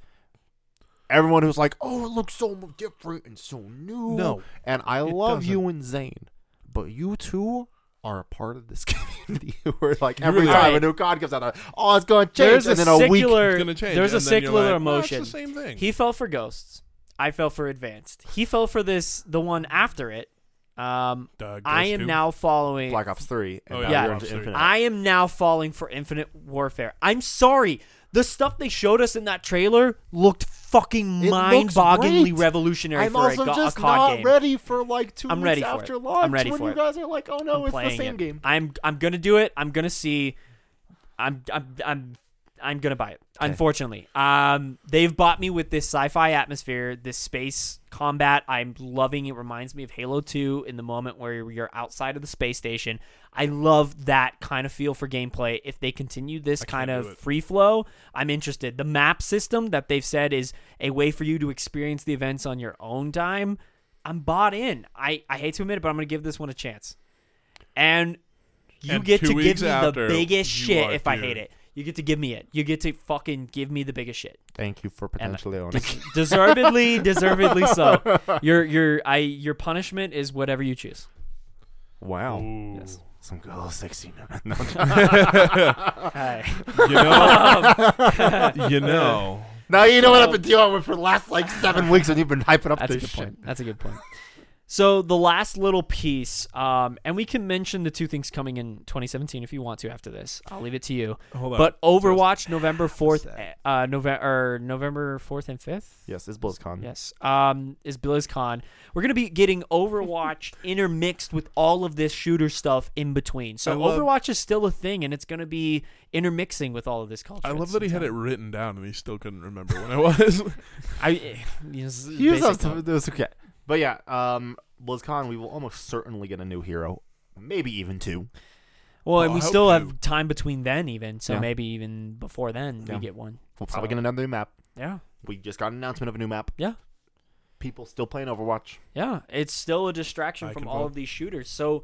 Everyone who's like, oh, it looks so different and so new.
No,
And I
it
love
doesn't.
you and Zane, but you two are a part of this community. We're like,
You
every
really
time
are.
a new COD comes out, oh, it's going to change.
There's a
And then a week.
secular.
it's gonna change.
There's a
and then you're
secular
like,
emotion.
No, it's the same thing.
He fell for Ghosts. I fell for Advanced. He fell for this, the one after it. Um,
Doug
I
does
am
too.
now following.
Black Ops 3. And
Oh,
now
yeah.
we're
Yeah.
into
Black Ops
Infinite.
I am now falling for Infinite Warfare. I'm sorry. The stuff they showed us in that trailer looked fucking
It looks
mind-bogglingly
great.
revolutionary
I'm
for
also
a, go-
just
a COD
not
game.
ready for like two
I'm
weeks
ready for
after
it.
launch
I'm ready
when
for
you
it.
guys are like, oh no,
I'm
it's the
playing
same
it.
game.
I'm I'm gonna do it. I'm gonna see. I'm I'm I'm I'm gonna buy it.
Okay.
Unfortunately, um, they've bought me with this sci-fi atmosphere, this space combat. I'm loving. It reminds me of Halo Two in the moment where you're outside of the space station. I love that kind of feel for gameplay. If they continue this
I can't
kind
do
of
it.
free flow, I'm interested. The map system that they've said is a way for you to experience the events on your own time. I'm bought in. I, I hate to admit it, but I'm gonna give this one a chance. And you
And
get
two
to give
weeks
me
after,
the biggest
you
shit
are
if I hate
here.
it. You get to give me it. You get to fucking give me the biggest shit.
Thank you for
And-
potentially owning.
Des- deservedly, deservedly so. Your your I your punishment is whatever you choose.
Wow.
Ooh.
Yes.
Some good little 16. No,
You
Um,
know, you know.
now you know what I've been dealing with for the last like seven weeks and you've been hyping up
That's a
this
good
shit.
point. That's a good point. So the last little piece, um, and we can mention the two things coming in 2017 if you want to. After this, I'll leave it to you.
Hold on.
But Overwatch, November 4th, uh, November or November 4th and 5th.
Yes, it's BlizzCon.
Yes. Um, is BlizzCon. We're gonna be getting Overwatch intermixed with all of this shooter stuff in between.
I
So
love-
Overwatch is still a thing, and it's gonna be intermixing with all of this culture.
I
at
love
the
that he
same
had it
time.
written down and he still couldn't remember what it was.
I. eh, Yes,
He was
basic
up to
stuff.
this okay. But yeah, um, BlizzCon, we will almost certainly get a new hero. Maybe even two.
Well,
Oh,
and
I
we
hope
still
you-
have time between then, even so
Yeah.
maybe even before then
Yeah.
we get one.
We'll probably
So-
get another new map.
Yeah.
We just got an announcement of a new map.
Uh, Yeah.
People still playing Overwatch.
Yeah, it's still a distraction
I
from
can
all
vote.
of these shooters. So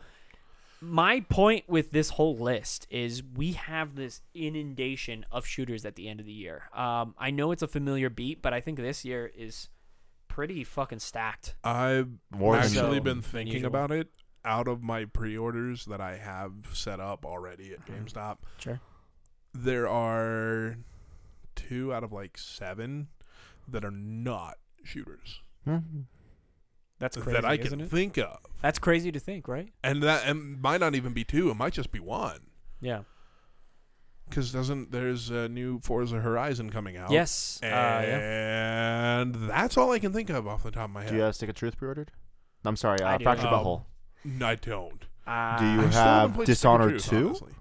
my point with this whole list is we have this inundation of shooters at the end of the year. Um, I know it's a familiar beat, but I think this year is pretty fucking stacked.
I've
More than
actually
so
been thinking
unusual.
about it out of my pre-orders that I have set up already at
Mhm.
GameStop.
Sure.
There are two out of like seven that are not shooters
Hmm?
That's
that I can think of,
That's crazy to think, right?
and that and might not even be two. It might just be one.
Yeah.
Because doesn't there's a new Forza Horizon coming out?
Yes. Uh,
and
yeah.
that's all I can think of off the top of my head.
Do you have Stick of Truth pre-ordered? I'm sorry,
I
uh,
do.
Fractured
Um,
Butthole.
No, I don't.
Uh,
Do you
I
have
still haven't played Stick of
Dishonored
Truth,
2?
honestly.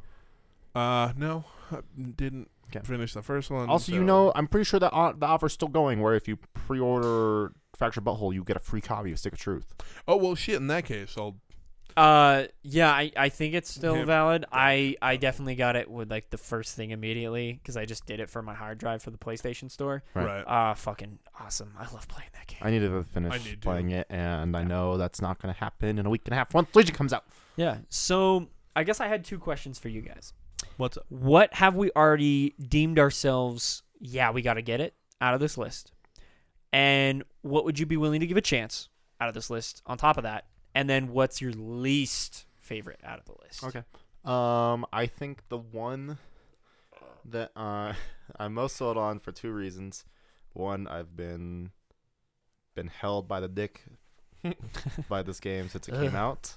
Uh, no, I didn't
Okay.
finish the first one.
Also, you
so-
know, I'm pretty sure that uh, the offer's still going. Where if you pre-order Fractured Butthole, you get a free copy of Stick of Truth.
Oh well, shit. In that case, I'll.
Uh, yeah, I, I think it's still
Yeah.
valid. I, I definitely got it with like the first thing immediately because I just did it for my hard drive for the PlayStation Store.
Right.
Right.
Ah, fucking awesome! I love playing that game.
I need to finish
I need to.
playing it, and I know that's not going to happen in a week and a half once Legion comes out.
Yeah. So I guess I had two questions for you guys.
What's up?
What have we already deemed ourselves? Yeah, we got to get it out of this list. And what would you be willing to give a chance out of this list? On top of that, and then what's your least favorite out of the list?
Okay. Um, I think the one that uh, I'm most sold on for two reasons. One, I've been been held by the dick by this game since it
Ugh.
came out,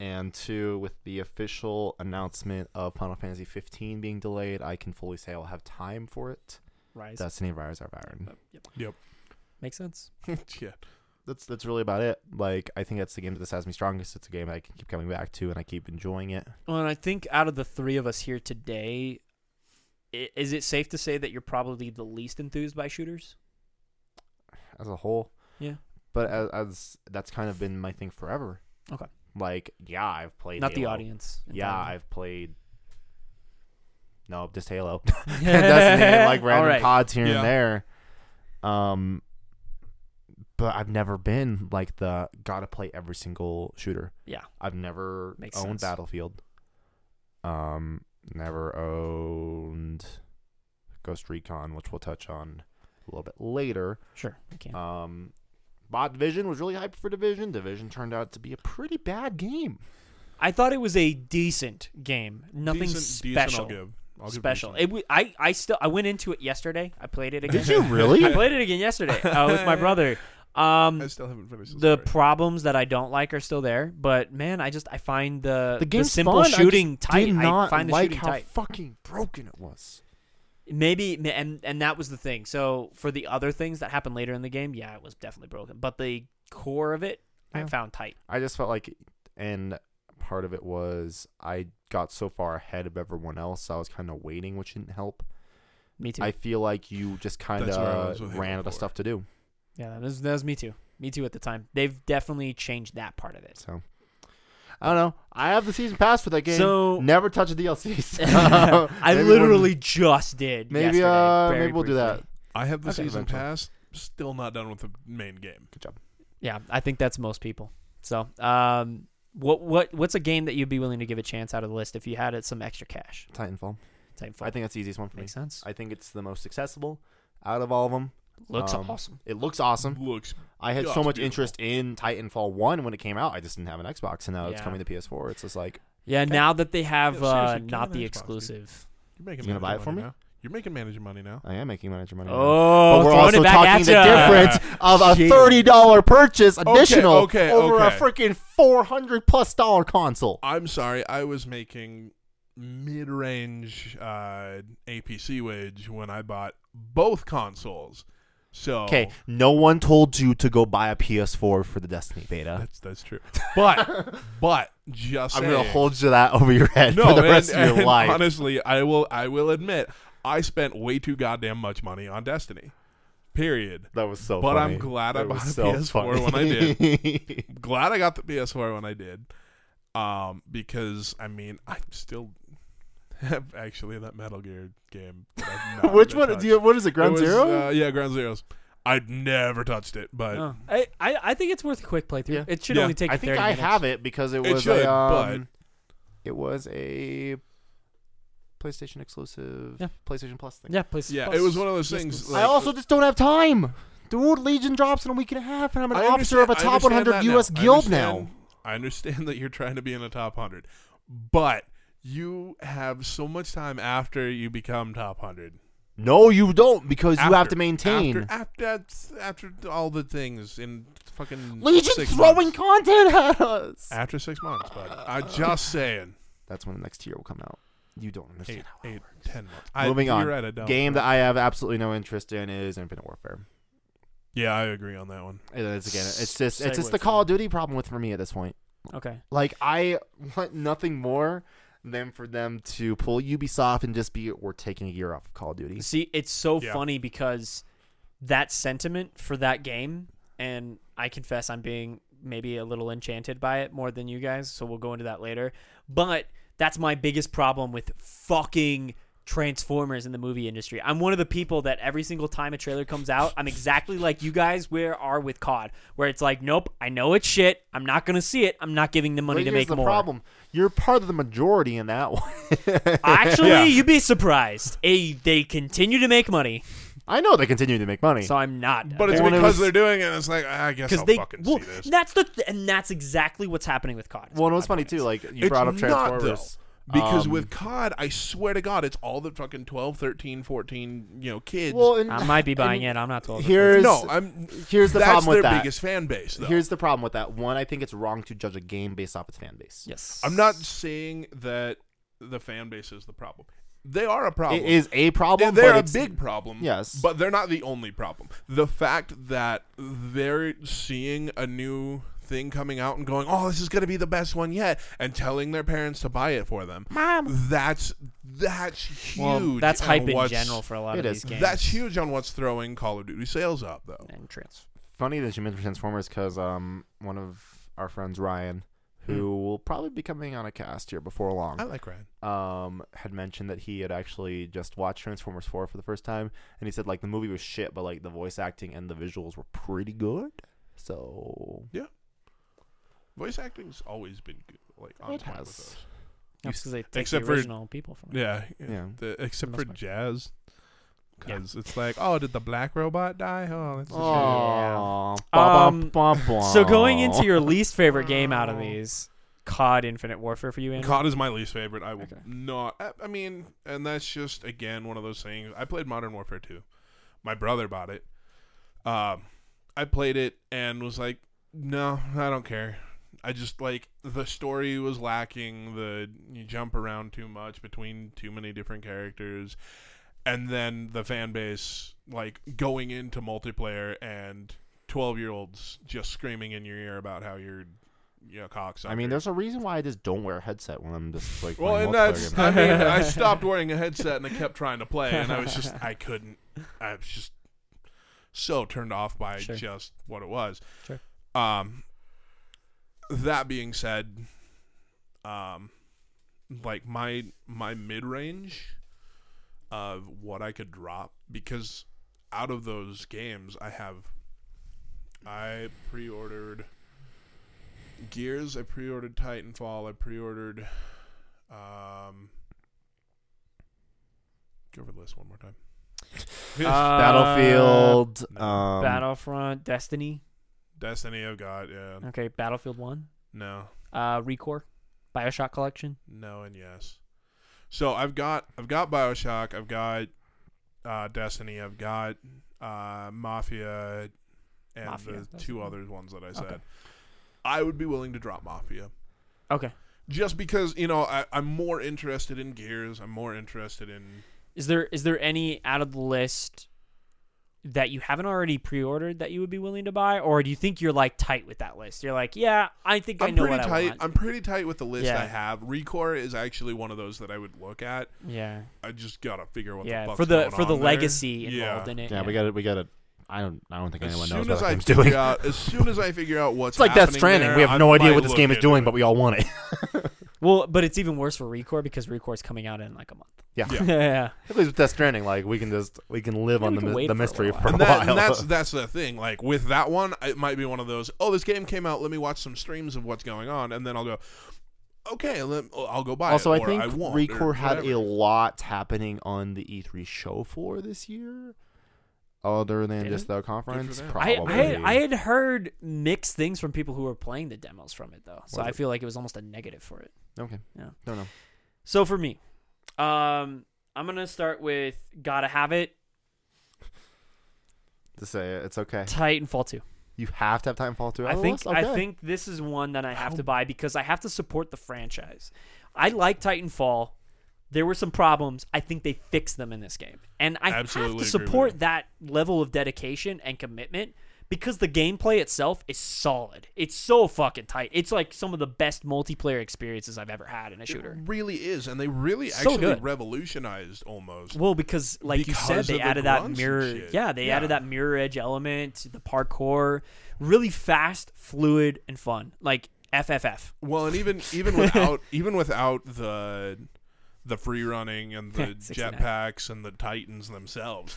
and two, with the official announcement of Final Fantasy 15 being delayed, I can fully say I'll have time for it.
Rise. Oh,
Destiny of Rise of Iron.
Yep.
Yep.
Makes sense.
yeah.
That's that's really about it. Like I think that's the game that has me strongest. It's a game I can keep coming back to, and I keep enjoying it.
Well, and I think out of the three of us here today, i- is it safe to say that you're probably the least enthused by shooters?
as a whole.
Yeah.
But as, as that's kind of been my thing forever.
Okay.
Like, yeah, I've played
Not the
Halo.
audience.
Yeah,
entirely.
I've played. No, just Halo. and that's the name, like
All
random
right.
CODs here
Yeah.
and there. Um, but I've never been like the gotta play every single shooter.
Yeah.
I've never
Makes
owned
sense.
Battlefield. Um, never owned Ghost Recon, which we'll touch on a little bit later.
Sure, I can.
Um, bought Division was really hyped for Division. Division turned out to be a pretty bad game.
I thought it was a decent game. Nothing
decent,
special.
Decent, I'll give. I'll give
special.
decent.
It, wa- I I still I went into it yesterday. I played it again.
Did you really?
I played it again yesterday uh, with my brother.
I
Um,
still haven't finished this
the
story.
problems that I don't like are still there, but man, I just I find the
the game's
simple
fun. I just
shooting tight.
Did not
I find the
like
shooting
how
tight.
fucking broken it was.
Maybe ma- and and that was the thing. So for the other things that happened later in the game, yeah, it was definitely broken. But the core of it, I
Yeah.
found tight.
I just felt like, and part of it was I got so far ahead of everyone else. I was kind of waiting, which didn't help.
Me too.
I feel like you just kind
That's where I was with
of
him
ran out
before.
of stuff to do.
yeah, that was, that was me too. Me too at the time. They've definitely changed that part of it.
So I don't know. I have the season pass for that game.
So-
never touch the DLCs.
I
Maybe
literally
one-
just did.
maybe
yesterday,
uh
very
maybe we'll do that.
briefly.
I have the
Okay.
season
Eventually.
pass. Still not done with the main game.
Good job.
Yeah, I think that's most people. So, um, what what what's a game that you'd be willing to give a chance out of the list if you had it some extra cash?
Titanfall.
Titanfall.
I think that's the easiest one for me.
makes sense.
I think it's the most accessible out of all of them.
Looks
um,
awesome.
It looks awesome.
Looks
I had
Yeah,
so
it's
much
beautiful.
interest in Titanfall 1 when it came out. I just didn't have an Xbox, and now it's
Yeah.
coming to PS4. It's just like,
Yeah, now that they have
Yeah,
uh,
seriously, get
not
an
the
Xbox, dude.
exclusive.
you're making.
You gonna
manager
buy it for
money
me?
Now. You're making manager money now.
I am making manager money. now.
Oh,
but we're
throwing
also
it back
talking
at
the
ya.
difference of a
Shit.
thirty dollar purchase additional
okay,
over
okay.
a freaking four hundred plus dollar console.
I'm sorry, I was making mid-range uh, APC wage when I bought both consoles. So
Okay, no one told you to go buy a PS4 for the Destiny beta.
that's that's true. But but just
I'm gonna
saying.
hold you that over your head
no,
for the
and-
rest of your
and
life.
Honestly, I will I will admit I spent way too goddamn much money on Destiny. Period.
that was so.
but
funny.
I'm glad I
That was
bought a
so
PS4
funny.
when I did. glad I got the PS4 when I did. Um, because I mean, I still have actually that Metal Gear game. that I've not
Which
even
one?
touched.
Do you? What is it? Ground
It was,
Zero?
Uh, yeah, Ground Zeroes. I've never touched it, but
Oh. I, I I think it's worth a quick playthrough.
Yeah.
It should
Yeah.
only take.
I think
30
I
minutes.
have it because it
It
was
should,
a.
but-
Um, It was a PlayStation exclusive,
Yeah.
PlayStation Plus thing.
Yeah, please.
yeah,
plus.
it was one of those
Yes,
things.
yes.
Like,
I also just don't have time. Dude, Legion drops in a week and a half, and I'm an
I
officer of a
understand- I
top
understand
100
that
U.S.
now. I
guild
understand-
now.
I understand that you're trying to be in the top hundred, but you have so much time after you become top hundred.
No, you don't, because you have
After-
to maintain.
after after, after all the things in fucking
Legion
six
throwing
months.
content at us.
after six months, bud. I'm just saying
That's when the next tier will come out. You don't understand.
eight,
how it
eight,
works.
ten months. I-
Moving
you're
on.
right, I don't.
Game that I have absolutely no interest in is Infinite Warfare.
yeah, I agree on that one.
It is again. It's just it's
Segue
just the
for
Call
me.
of Duty problem with for me at this point.
Okay.
Like I want nothing more than for them to pull Ubisoft and just be we're taking a year off of Call of Duty.
See, it's so
Yeah.
funny because that sentiment for that game, and I confess I'm being maybe a little enchanted by it more than you guys, so we'll go into that later. But that's my biggest problem with fucking Transformers in the movie industry. I'm one of the people that every single time a trailer comes out, I'm exactly like you guys where are with COD, where it's like, nope, I know it's shit. I'm not going to see it. I'm not giving them money
But
to
here's
make
the
more.
problem. You're part of the majority in that one.
Actually,
Yeah.
you'd be surprised. A, they continue to make money,
I know they continue to make money.
so I'm not.
But it's
Well, when it
because
was-
they're doing it. It's like I guess I'll
because they
fucking
well,
see this.
that's the and that's exactly what's happening with COD.
well, and it was funny too. Like you
It's
brought up
not,
Transformers.
though, because
Um,
with COD, I swear to God, it's all the fucking 12, 13, 14, you know, kids.
well, and
I might be buying
and
it. I'm not told.
Here's
no, I'm.
here's the
that's
problem with
their
that.
biggest fan base. Though.
Here's the problem with that. One, I think it's wrong to judge a game based off its fan base.
yes,
I'm not saying that the fan base is the problem. They are a problem.
It is a
They-
problem.
they're
but
a
it's-
big problem.
Yes.
But they're not the only problem. The fact that they're seeing a new thing coming out and going, oh, this is going to be the best one yet, and telling their parents to buy it for them.
Mom.
That's that's huge.
Well, that's
on
hype in
what's-
general for a lot of
It is.
these games.
That's huge on what's throwing Call of Duty sales up, though.
and trans.
Funny that you mentioned Transformers because um one of our friends Ryan, who
Hmm.
will probably be coming on a cast here before long,
I like Ryan.
Oh.
um, had mentioned that he had actually just watched Transformers 4 for the first time, and he said like the movie was shit, but like the voice acting and the visuals were pretty good. So
Voice acting's always been good. Like on
It has.
point With those.
That's because they take
except
the
for-
original people from it.
Yeah,
Yeah.
the- except
For
for
the most part.
jazz,
Yeah.
because it's like, oh, did the black robot die? Oh, that's a shame.
Aw.
Um,
Bah, bah, bah, bah.
So going into your least favorite game out of these, COD Infinite Warfare for you, Andrew.
COD is my least favorite. I will
Okay.
not. I, I mean, and that's just again one of those things. I played Modern Warfare 2. My brother bought it. Um, I played it and was like, no, I don't care. I just like the story was lacking. The you jump around too much between too many different characters, and then the fan base like going into multiplayer and twelve year olds just screaming in your ear about how you're, you know, cocksucker.
I mean, there's a reason why I just don't wear a headset when I'm just like.
Well,
playing multiplayer
and that's.
games.
I mean, I stopped wearing a headset and I kept trying to play, and I was just, I couldn't. I was just so turned off by
Sure.
just what it was.
Sure.
Um. That being said, um, like my my mid range of what I could drop because out of those games I have I pre-ordered Gears, I pre-ordered Titanfall, I pre-ordered um Go over the list one more time.
Uh,
Battlefield.
no.
um,
Battlefront, Destiny.
Destiny I've got, yeah.
Okay, Battlefield One.
No.
Uh, Recore, Bioshock Collection.
No and yes. So I've got I've got BioShock, I've got uh, Destiny, I've got uh, Mafia, and
Mafia,
the
that's
two
the one.
other ones that I said.
Okay.
I would be willing to drop Mafia
Okay.
just because you know I, I'm more interested in Gears. I'm more interested in
Is there is there any out of the list that you haven't already pre-ordered that you would be willing to buy, or do you think you're like tight with that list? You're like, yeah, I think I
I'm
know
pretty
what I
tight.
want.
I'm pretty tight with the list
Yeah.
I have. Recore is actually one of those that I would look at.
yeah,
I just gotta figure what the
yeah,
fuck's
for the
going
for the
on there.
legacy
Yeah.
involved in it.
yeah, we got it. We got it. I don't. I don't think
As
anyone knows
soon
what
as
that
I
game's doing.
figure out, as soon as I figure out what's
It's like Death
happening
Stranding.
there,
we have
I
no idea
might
what this game
look
is doing,
into
but we all want it.
Well, but it's even worse for Recore because Recore's coming out in like a month.
Yeah.
Yeah.
yeah.
At least with Death Stranding, like we can just we can live
Yeah,
on
we
the,
can
mi-
wait
the
for a
mystery
little
for a
and,
while.
that, and that's that's the thing. Like with that one, it might be one of those. Oh, this game came out. Let me watch some streams of what's going on, and then I'll go. Okay, let, I'll go buy
also,
it.
I
or
think
I won't, or
Recore had
whatever.
a lot happening on the E3 show floor this year, other than
Did
just
it?
the conference.
them.
Probably.
I, I, had, I had heard mixed things from people who were playing the demos from it though, so
Was
I
it-
feel like it was almost a negative for it.
okay.
Yeah.
Don't know.
So for me, um, I'm gonna start with gotta have it
To say it, it's okay.
Titanfall two.
You have to have Titanfall two.
I
on the
think
list?
I
Oh, Okay.
think this is one that I have
How-
to buy because I have to support the franchise. I like Titanfall. There were some problems. I think they fixed them in this game, and I
Absolutely agree
have to
with you.
support that level of dedication and commitment because the gameplay itself is solid. It's so fucking tight. It's like some of the best multiplayer experiences I've ever had in a shooter.
It really is, and they really
So
actually
good.
revolutionized almost.
Well, because like you
Because
said, they
of the
added that
grunts and
mirror.
shit.
Yeah, they added
Yeah.
that mirror edge element, the parkour, really fast, fluid, and fun. Like FFF.
Well, and even even without even without the the free running and the
69.
jetpacks and the Titans themselves,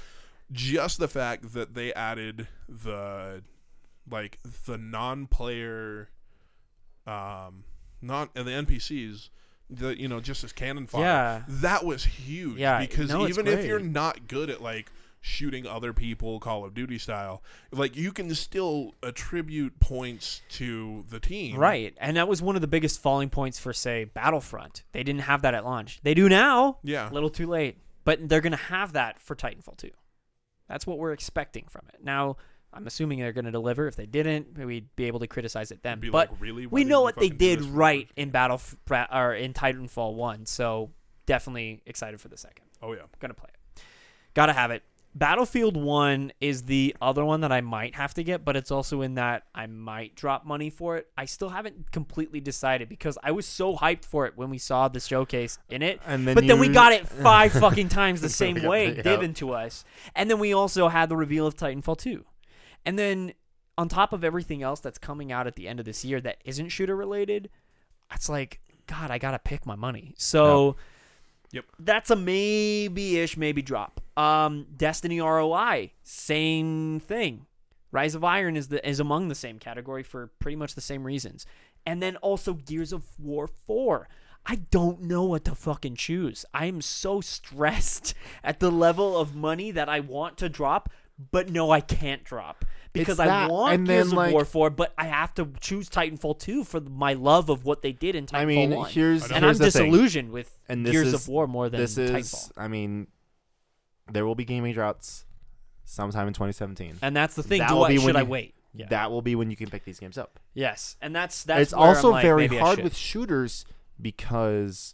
just the fact that they added the like the non-player, um, not and the NPCs, the you know just as cannon fodder.
Yeah.
that was huge.
Yeah,
because
no, it's
even if you're
great.
not good at like shooting other people Call of Duty style, like you can still attribute points to the team,
Right. And that was one of the biggest falling points for, say, Battlefront. They didn't have that at launch. They do now.
Yeah.
A little too late. But they're going to have that for Titanfall 2. That's what we're expecting from it. Now, I'm assuming they're going to deliver. If they didn't, we'd be able to criticize it then.
Be
But
like, really? Why
we
didn't
know
you
what they
fucking do
did
this for the
right in Battle or in Titanfall 1. So definitely excited for the second.
Oh yeah.
Gonna play it. Gotta have it. Battlefield 1 is the other one that I might have to get, but it's also in that I might drop money for it. I still haven't completely decided because I was so hyped for it when we saw the showcase in it.
And then
but then we
you-
got it five fucking times the
So we
same
got-
way
yeah.
given to us. And then we also had the reveal of Titanfall 2. And then on top of everything else that's coming out at the end of this year that isn't shooter related, it's like, God, I gotta pick my money. So
Yep.
that's a maybe ish, maybe drop. Um Destiny ROI, same thing. Rise of Iron is the is among the same category for pretty much the same reasons. And then also Gears of War 4. I don't know what to fucking choose. I am so stressed at the level of money that I want to drop, but no, I can't drop because I
that,
want
and
Gears
then,
of
like-
War 4, but I have to choose Titanfall 2 for my love of what they did in Titanfall
I mean,
1.
here's
I know.
and I'm
here's the thing.
disillusioned with
And this
Gears
is-
of War more than
this is
Titanfall.
I mean, there will be gaming droughts sometime in 2017.
And that's the thing.
That
Do
will
I,
be
should
when
I
you-
wait? Uh, Yeah.
That will be when you can pick these games up.
yes, and that's that's.
it's
where I'm
also
like,
very
maybe I
hard
should.
with shooters because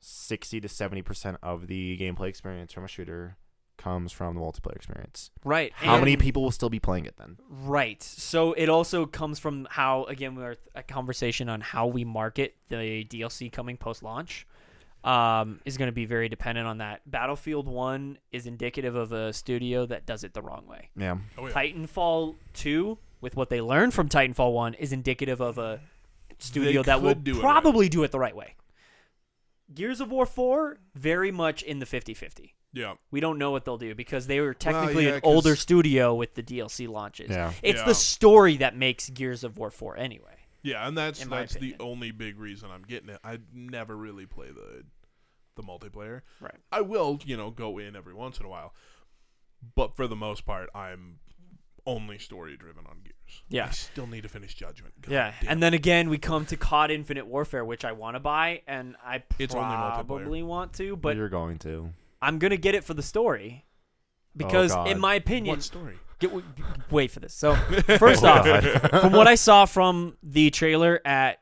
60 to 70% of the gameplay experience from a shooter comes from the multiplayer experience.
right.
How many
and-
people will still be playing it then?
Right. So it also comes from how again we're a conversation on how we market the DLC coming post launch. Um, is going to be very dependent on that. Battlefield One is indicative of a studio that does it the wrong way.
Yeah.
Oh, yeah.
Titanfall Two, with what they learned from Titanfall One, is indicative of a studio that will
could do it right.
probably do it the right way. Gears of War Four, very much in the 50-50.
yeah.
We don't know what they'll do because they were
Well,
technically
yeah,
an older
'cause-
studio with the DLC launches.
Yeah.
It's
Yeah.
the story that makes Gears of War 4 anyway.
Yeah, and that's
in my
that's the
opinion.
only big reason I'm getting it. I never really play the the multiplayer.
Right.
I will, you know, go in every once in a while, but for the most part, I'm only story driven on Gears.
Yeah.
I still need to finish Judgment. God
yeah.
damn.
And then again, we come to COD Infinite Warfare, which I want to buy, and I
It's only multiplayer.
probably want to, but
You're going to.
I'm going to get it for the story. Because,
Oh, God.
in my opinion,
what story?
get, w- wait for this. So,
Oh
first off, from what I saw from the trailer at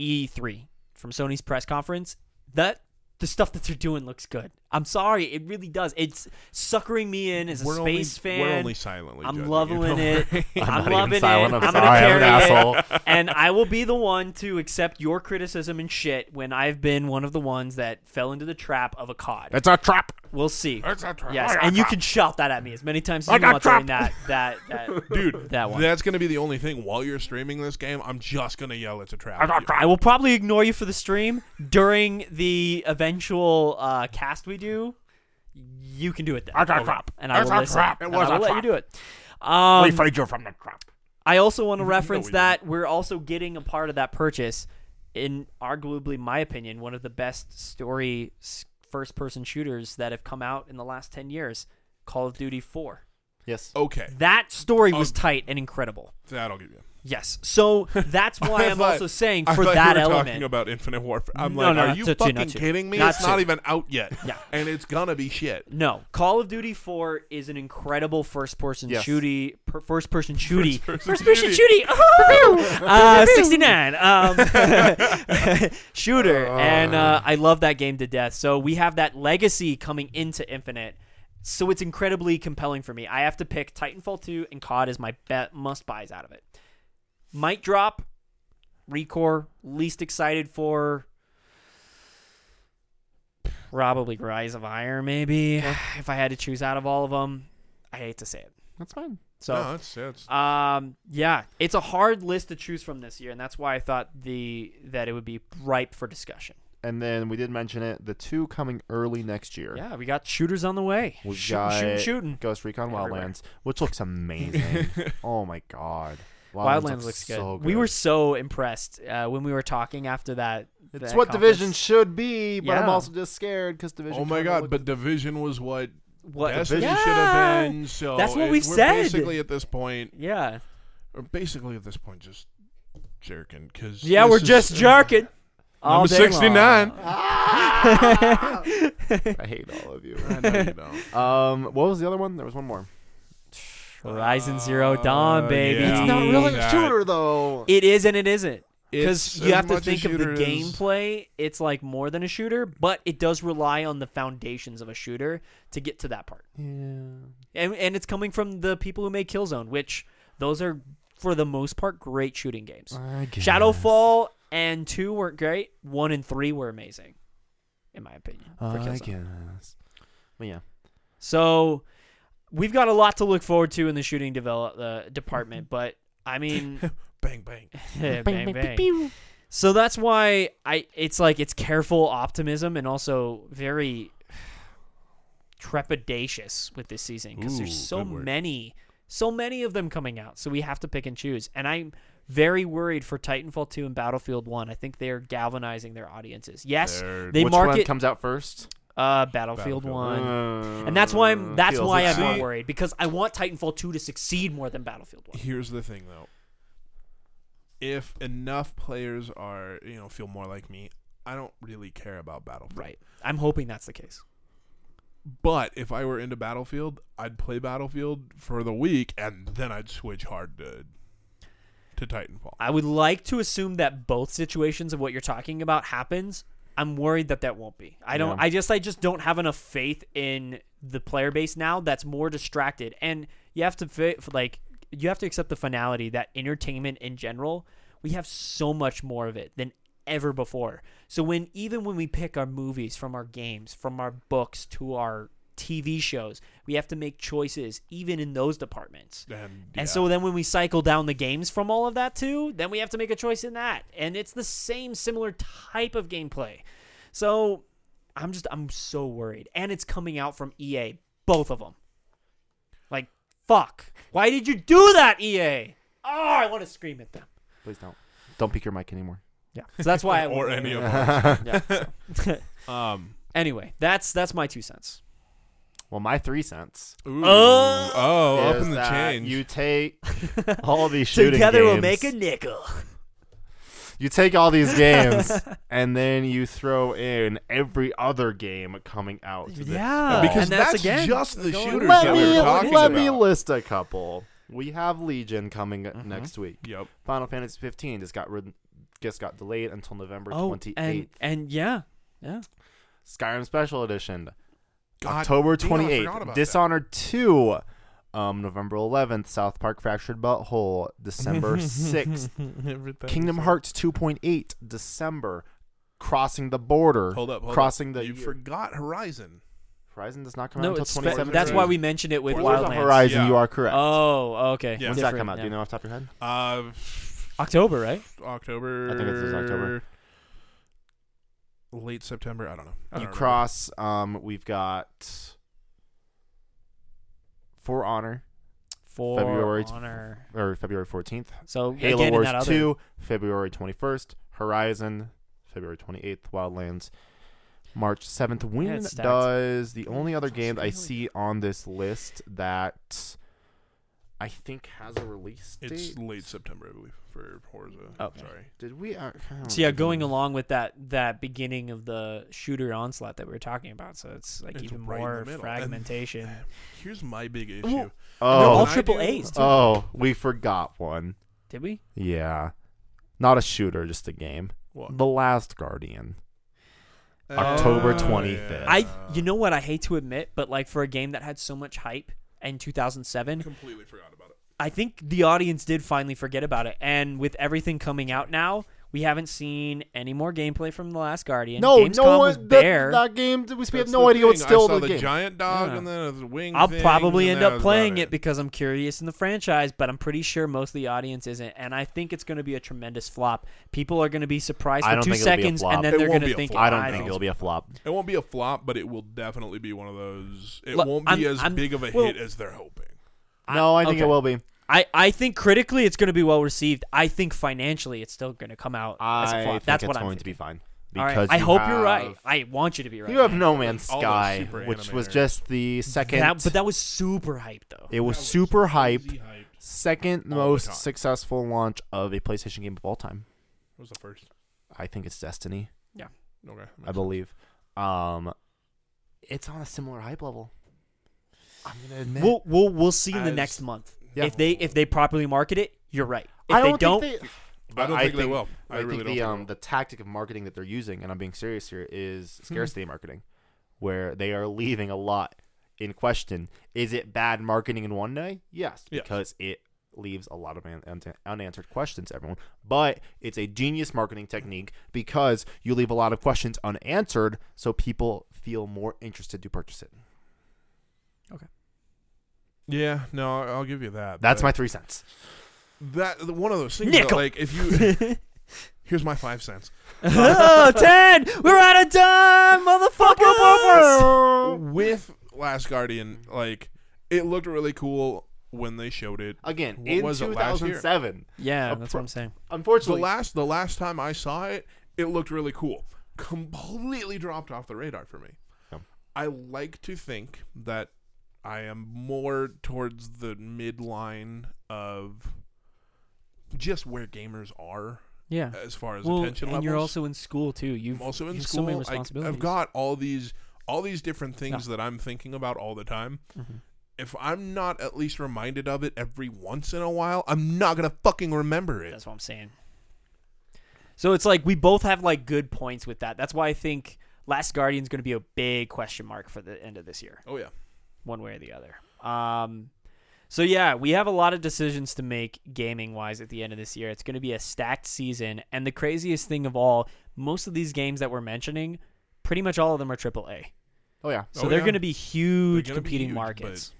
E3 from Sony's press conference, that the stuff that they're doing looks good. I'm sorry, it really does. It's suckering me in as a
we're
space
only,
fan.
We're only silently.
I'm
judging you,
loving
don't
it.
worry.
I'm,
not even
loving
silent,
it.
I'm
I'm, gonna
sorry, I'm an
carry it.
asshole.
and I will be the one to accept your criticism and shit when I've been one of the ones that fell into the trap of a cod.
It's a trap.
We'll see.
That's not true.
Yes, and you can shout that at me as many times as
I
you
got
want during that
trapped.
that that
Dude,
that one.
That's gonna be the only thing. While you're streaming this game, I'm just gonna yell it's a trap. at you.
I will probably ignore you for the stream during the eventual uh, cast we do. You can do it then.
It's a trap.
And I
It's
will
a
listen.
trap. It
And
was
I
a
will let
trap.
you do it. Um,
We freed you from the trap.
I also want to reference
we
that we're also getting a part of that purchase, in arguably my opinion, one of the best story first person shooters that have come out in the last 10 years Call of Duty 4.
Yes.
Okay,
That story was
Ag-
tight and incredible.
that'll give you.
Yes. So that's why
I
I'm
thought-
also saying
I
for
thought
that
you were
element.
talking about Infinite Warfare. I'm
No,
like,
no,
are
not
you
to- to-
fucking
not to.
kidding me?
Not
it's not
to.
even out yet.
Yeah.
and it's gonna be shit.
no, Call of Duty 4 is an incredible first-person
Yes.
shooty, per, first-person shooty,
First-person
first-person
shooty.
shooty, Oh! uh, 69 um, shooter, and uh, I love that game to death. So we have that legacy coming into Infinite, so it's incredibly compelling for me. I have to pick Titanfall 2 and COD as my bet must-buys out of it. Might drop, Recore least excited for. Probably Rise of Iron, maybe. If I had to choose out of all of them, I hate to say it.
That's fine.
So,
no, it's, it's
um, yeah, it's a hard list to choose from this year, and that's why I thought the that it would be ripe for discussion.
And then we did mention it. The two coming early next year.
Yeah, we got shooters on the way.
We've
shooting, shooting,
got
shooting.
Ghost Recon
Everywhere.
Wildlands, which looks amazing. oh my god.
Wildlands, looks good.
so
We were so impressed uh, when we were talking after that.
It's
that
what
conference.
Division should be, but I'm
Yeah.
also just scared because Division.
oh my
kinda
god,
looked-
but Division was what
What?
Destiny
yeah.
should have been. So
That's what
it-
we've
we're
said.
Basically, at this point,
Yeah.
or basically at this point, just jerking because
Yeah, we're just jerking. all
Number
day
sixty nine.
I hate all of you.
I know you don't.
um, what was the other one? There was one more.
Horizon Zero Dawn,
Uh,
baby.
yeah.
It's not really a
That-
shooter though.
It is and it isn't. Because
It's
you
as
have to
much a
think of the
shooter as-
gameplay. It's like more than a shooter, but it does rely on the foundations of a shooter to get to that part.
yeah.
And, and it's coming from the people who made Killzone, which those are, for the most part, great shooting
Oh,
games.
I guess.
Shadowfall and 2 weren't great. 1 and 3 were amazing, in my opinion. For
Oh,
I
Killzone.
guess. But yeah.
So we've got a lot to look forward to in the shooting develop uh, department, but I mean,
Bang bang.
bang,
Bing, bing,
bang.
pew, pew.
So that's why I. It's like it's careful optimism and also very trepidatious with this season because
Ooh,
there's so
good word.
many, so many of them coming out. So we have to pick and choose, and I'm very worried for Titanfall 2 and Battlefield 1. I think they are galvanizing their audiences. Yes,
They're-
they
Which
market
one comes out first? Uh,
uh, Battlefield,
Battlefield Uh,
1. and that's why I'm that's
Feels
why
like
I'm not
See-
worried because I want Titanfall 2 to succeed more than Battlefield 1.
Here's the thing, though. If enough players are, you know, feel more like me, I don't really care about Battlefield.
Right. I'm hoping that's the case.
But if I were into Battlefield, I'd play Battlefield for the week, and then I'd switch hard to to Titanfall.
I would like to assume that both situations of what you're talking about happens. I'm worried that that won't be. I don't.
Yeah.
I just. I just don't have enough faith in the player base now. That's more distracted, and you have to fi- like you have to accept the finality that entertainment in general we have so much more of it than ever before. So when even when we pick our movies from our games, from our books to our TV shows, we have to make choices even in those departments.
And, yeah.
And so then when we cycle down the games from all of that too, then we have to make a choice in that. And it's the same similar type of gameplay. So I'm just I'm so worried. And it's coming out from EA, both of them. Like fuck. Why did you do that EA? Oh, I want to scream at them.
Please don't. Don't pick your mic anymore.
Yeah. So that's why I
or any of
them.
them. Um,
anyway, that's that's my two cents.
Well, my three cents.
ooh,
Oh.
oh, up
is
in the
Uh, that
change.
You take all these shooting
Together we'll
games-
make a nickel.
You take all these games and then you throw in every other game coming out. To this
Yeah.
fall.
because
And that's
that's
again-
just the
Going-
shooters
let
that
me
we were talking
let
about.
me list a couple. We have Legion coming
Mm-hmm.
next week.
Yep.
Final Fantasy 15 just got rid- just got delayed until November
Oh,
28th.
and and yeah. Yeah.
Skyrim Special Edition,
God
October
damn, I forgot
28th.
about
Dishonored 2, um, November 11th. South Park Fractured Butthole, December 6th.
Everything
Kingdom
is-
Hearts 2.8, December. Crossing the Border.
Hold up, hold
crossing
up.
the
you
year.
forgot Horizon.
Horizon does not come
No,
out until
it's
2017.
that's why we mentioned it with
Forza
Forza
Wildlands.
Horizon,
Yeah.
you are correct.
Oh, okay.
Yeah.
When's that
Different,
come out? Do
yeah.
you know off the top of your head?
Uh,
October, right?
October.
I think it says October.
Late September. I don't know. I
you
don't
cross. Um, we've got For Honor
For
February-
Honor.
or February fourteenth.
So
Halo
again, in
Wars
that other,
Two February twenty first. Horizon February twenty eighth. Wildlands March seventh. When
it's stacked.
does the only other game that I see on this list that I think has a release date?
remember. It's late September, I believe, for Forza.
Okay.
Sorry.
Did we? Uh, I don't
So yeah,
remember.
going along with that that beginning of the shooter onslaught that we were talking about, so it's like
It's
even
right in the
more
middle.
fragmentation.
Here's my big issue.
Well, They're all
Oh,
I
triple
do-
A's too.
oh, we forgot one.
Did we?
Yeah, not a shooter, just a game.
What?
The Last Guardian. October
Oh,
25th.
yeah.
I you know what I hate to admit, but like for a game that had so much hype in 2007,
completely forgot about it.
I think the audience did finally forget about it. And with everything coming out now, we haven't seen any more gameplay from The Last Guardian.
No,
Gamescom
no
was
one. That,
there.
that game, we have
That's
no
the
idea what's
thing.
still
I saw
the, game.
giant dog
Yeah.
and then the wing.
I'll
things,
probably
and
end
that
up
was
playing
about
it because I'm curious in the franchise, but I'm pretty sure most of the audience isn't, and I think it's going to be a tremendous flop. People are going to be surprised
I
for
don't
two
think it'll be a
seconds,
flop.
and then
It
they're
won't
going
be
to
a
think.
flop.
I don't think
think
it'll be a flop.
It won't be a flop, but it will definitely be one of those. It
Look,
won't be
I'm-
as
I'm-
big of a
well-
hit as they're hoping.
I-
no, I think it
okay.
will be.
I, I think critically it's going to be well received. I think financially it's still going to come out as a
I
flop.
think
That's
it's
what I'm
going to be
thinking.
fine.
All right.
Because
I
you
hope
have,
you're right. I want you to be right.
You have
man.
No Man's
all those
Sky,
super
which was
animators.
just the second.
That- but that was super hype though.
it was
That was
super hype.
Easy hype
Second
all the
most
time.
successful launch of a PlayStation game of all time.
was the first.
I think it's Destiny.
Okay.
I believe. Um, it's on a similar hype level. I'm gonna admit.
We'll we'll we'll see in the
As-
next month
Yeah.
if they if they properly market it. You're right. If
I
they
don't.
don't,
think they,
I don't
I
think they
think-
will. I
I,
really
think
don't
the
think
um the tactic of marketing that they're using, and I'm being serious here, is scarcity marketing, where they are leaving a lot in question. Is it bad marketing in one day? Yes,
Yes.
because it leaves a lot of an- unt- unanswered questions. Everyone, but it's a genius marketing technique because you leave a lot of questions unanswered, so people feel more interested to purchase it.
Yeah, no, I- I'll give you that.
That's
but
my three cents.
that the- one of those things.
Nickel.
That, like if you, here's my five cents.
oh, 10! We're out of time, motherfuckers!
With Last Guardian, like it looked really cool. when they showed it.
Again,
What
in
was it last year?
2007.
Yeah,
A
that's
pro-
what I'm saying.
The
Unfortunately,
last the last time I saw it, it looked really cool. Completely dropped off the radar for me.
Yeah.
I like to think that I am more towards the midline of just where gamers are
Yeah.
as far as
well,
attention
and
levels.
you're also in school too. You've
I'm also in
you have So many
school. I,
responsibilities.
I've got all these all these different things that I'm thinking about all the time.
Mm-hmm.
If I'm not at least reminded of it every once in a while, I'm not gonna fucking remember it.
That's what I'm saying. So it's like we both have like good points with that. That's why I think Last Guardian's going to be a big question mark for the end of this year,
Oh yeah.
one way or the other. Um, so yeah, we have a lot of decisions to make gaming wise at the end of this year. It's going to be a stacked season, and the craziest thing of all, most of these games that we're mentioning, pretty much all of them are AAA.
oh yeah,
So
Oh,
they're
yeah.
going to be huge
They're gonna be
competing
huge,
markets.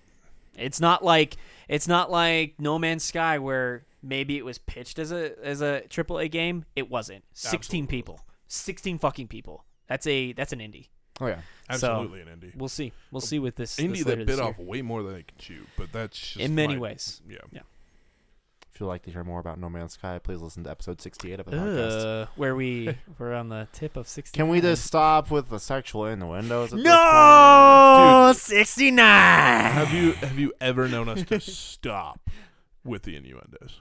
It's not like it's not like No Man's Sky where maybe it was pitched as a as a AAA game. It wasn't. Sixteen
Absolutely
people. Sixteen fucking people. That's a that's an indie.
oh yeah.
Absolutely an indie.
We'll see. We'll see with this. this
indie
later
that
this
bit
year.
off way more than they can chew, but that's just
in many
my-
ways.
Yeah.
If you'd like to hear more about No Man's Sky, please listen to episode 68 of the podcast.
Uh, where we we're on the tip of sixteen.
Can we just stop with the sexual innuendos? At this
No sixty nine.
Have you have you ever known us to stop with the innuendos?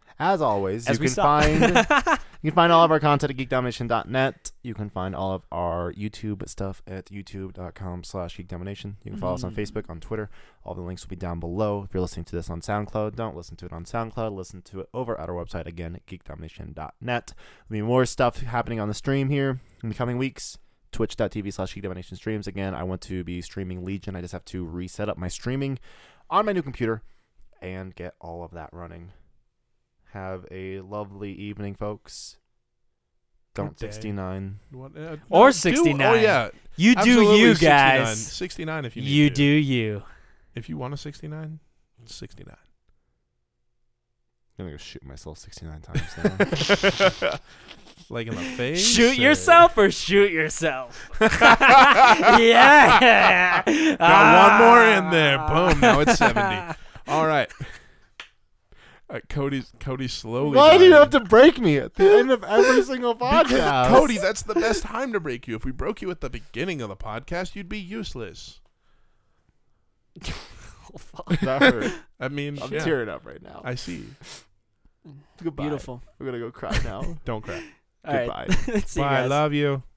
point? As always,
As
you
we
can
stop.
find You can find all of our content at geekdomination.net. You can find all of our YouTube stuff at youtube.com slash geekdomination. You can follow us on
Mm.
Facebook, on Twitter. All the links will be down below. If you're listening to this on SoundCloud, don't listen to it on SoundCloud. Listen to it over at our website, again, geekdomination.net. There'll be more stuff happening on the stream here in the coming weeks. Twitch.tv slash geekdomination streams. Again, I want to be streaming Legion. I just have to reset up my streaming on my new computer and get all of that running. Have a lovely evening, folks. Don't
Good day.
69.
What, uh,
Or
do-
69.
oh yeah,
You do
Absolutely
you
69.
guys.
69 if you need
You
to.
do you.
If you want a 69, 69.
I'm going to go shoot myself 69 times now.
like in the face.
Shoot
or-
yourself or shoot yourself. yeah. Ah. Got
Got one more in there. Boom. Now it's 70. All right. Uh, Cody's Cody's slowly.
Why do you
dying.
have to break me at the end of every single podcast?
Cody, that's the best time to break you. If we broke you at the beginning of the podcast, you'd be useless.
Oh,
that hurt.
I mean,
I'm
yeah,
tearing up right now.
I see.
Goodbye.
Beautiful.
We're going to go cry now.
Don't cry.
All right.
Goodbye.
See you
Bye.
guys.
Love you.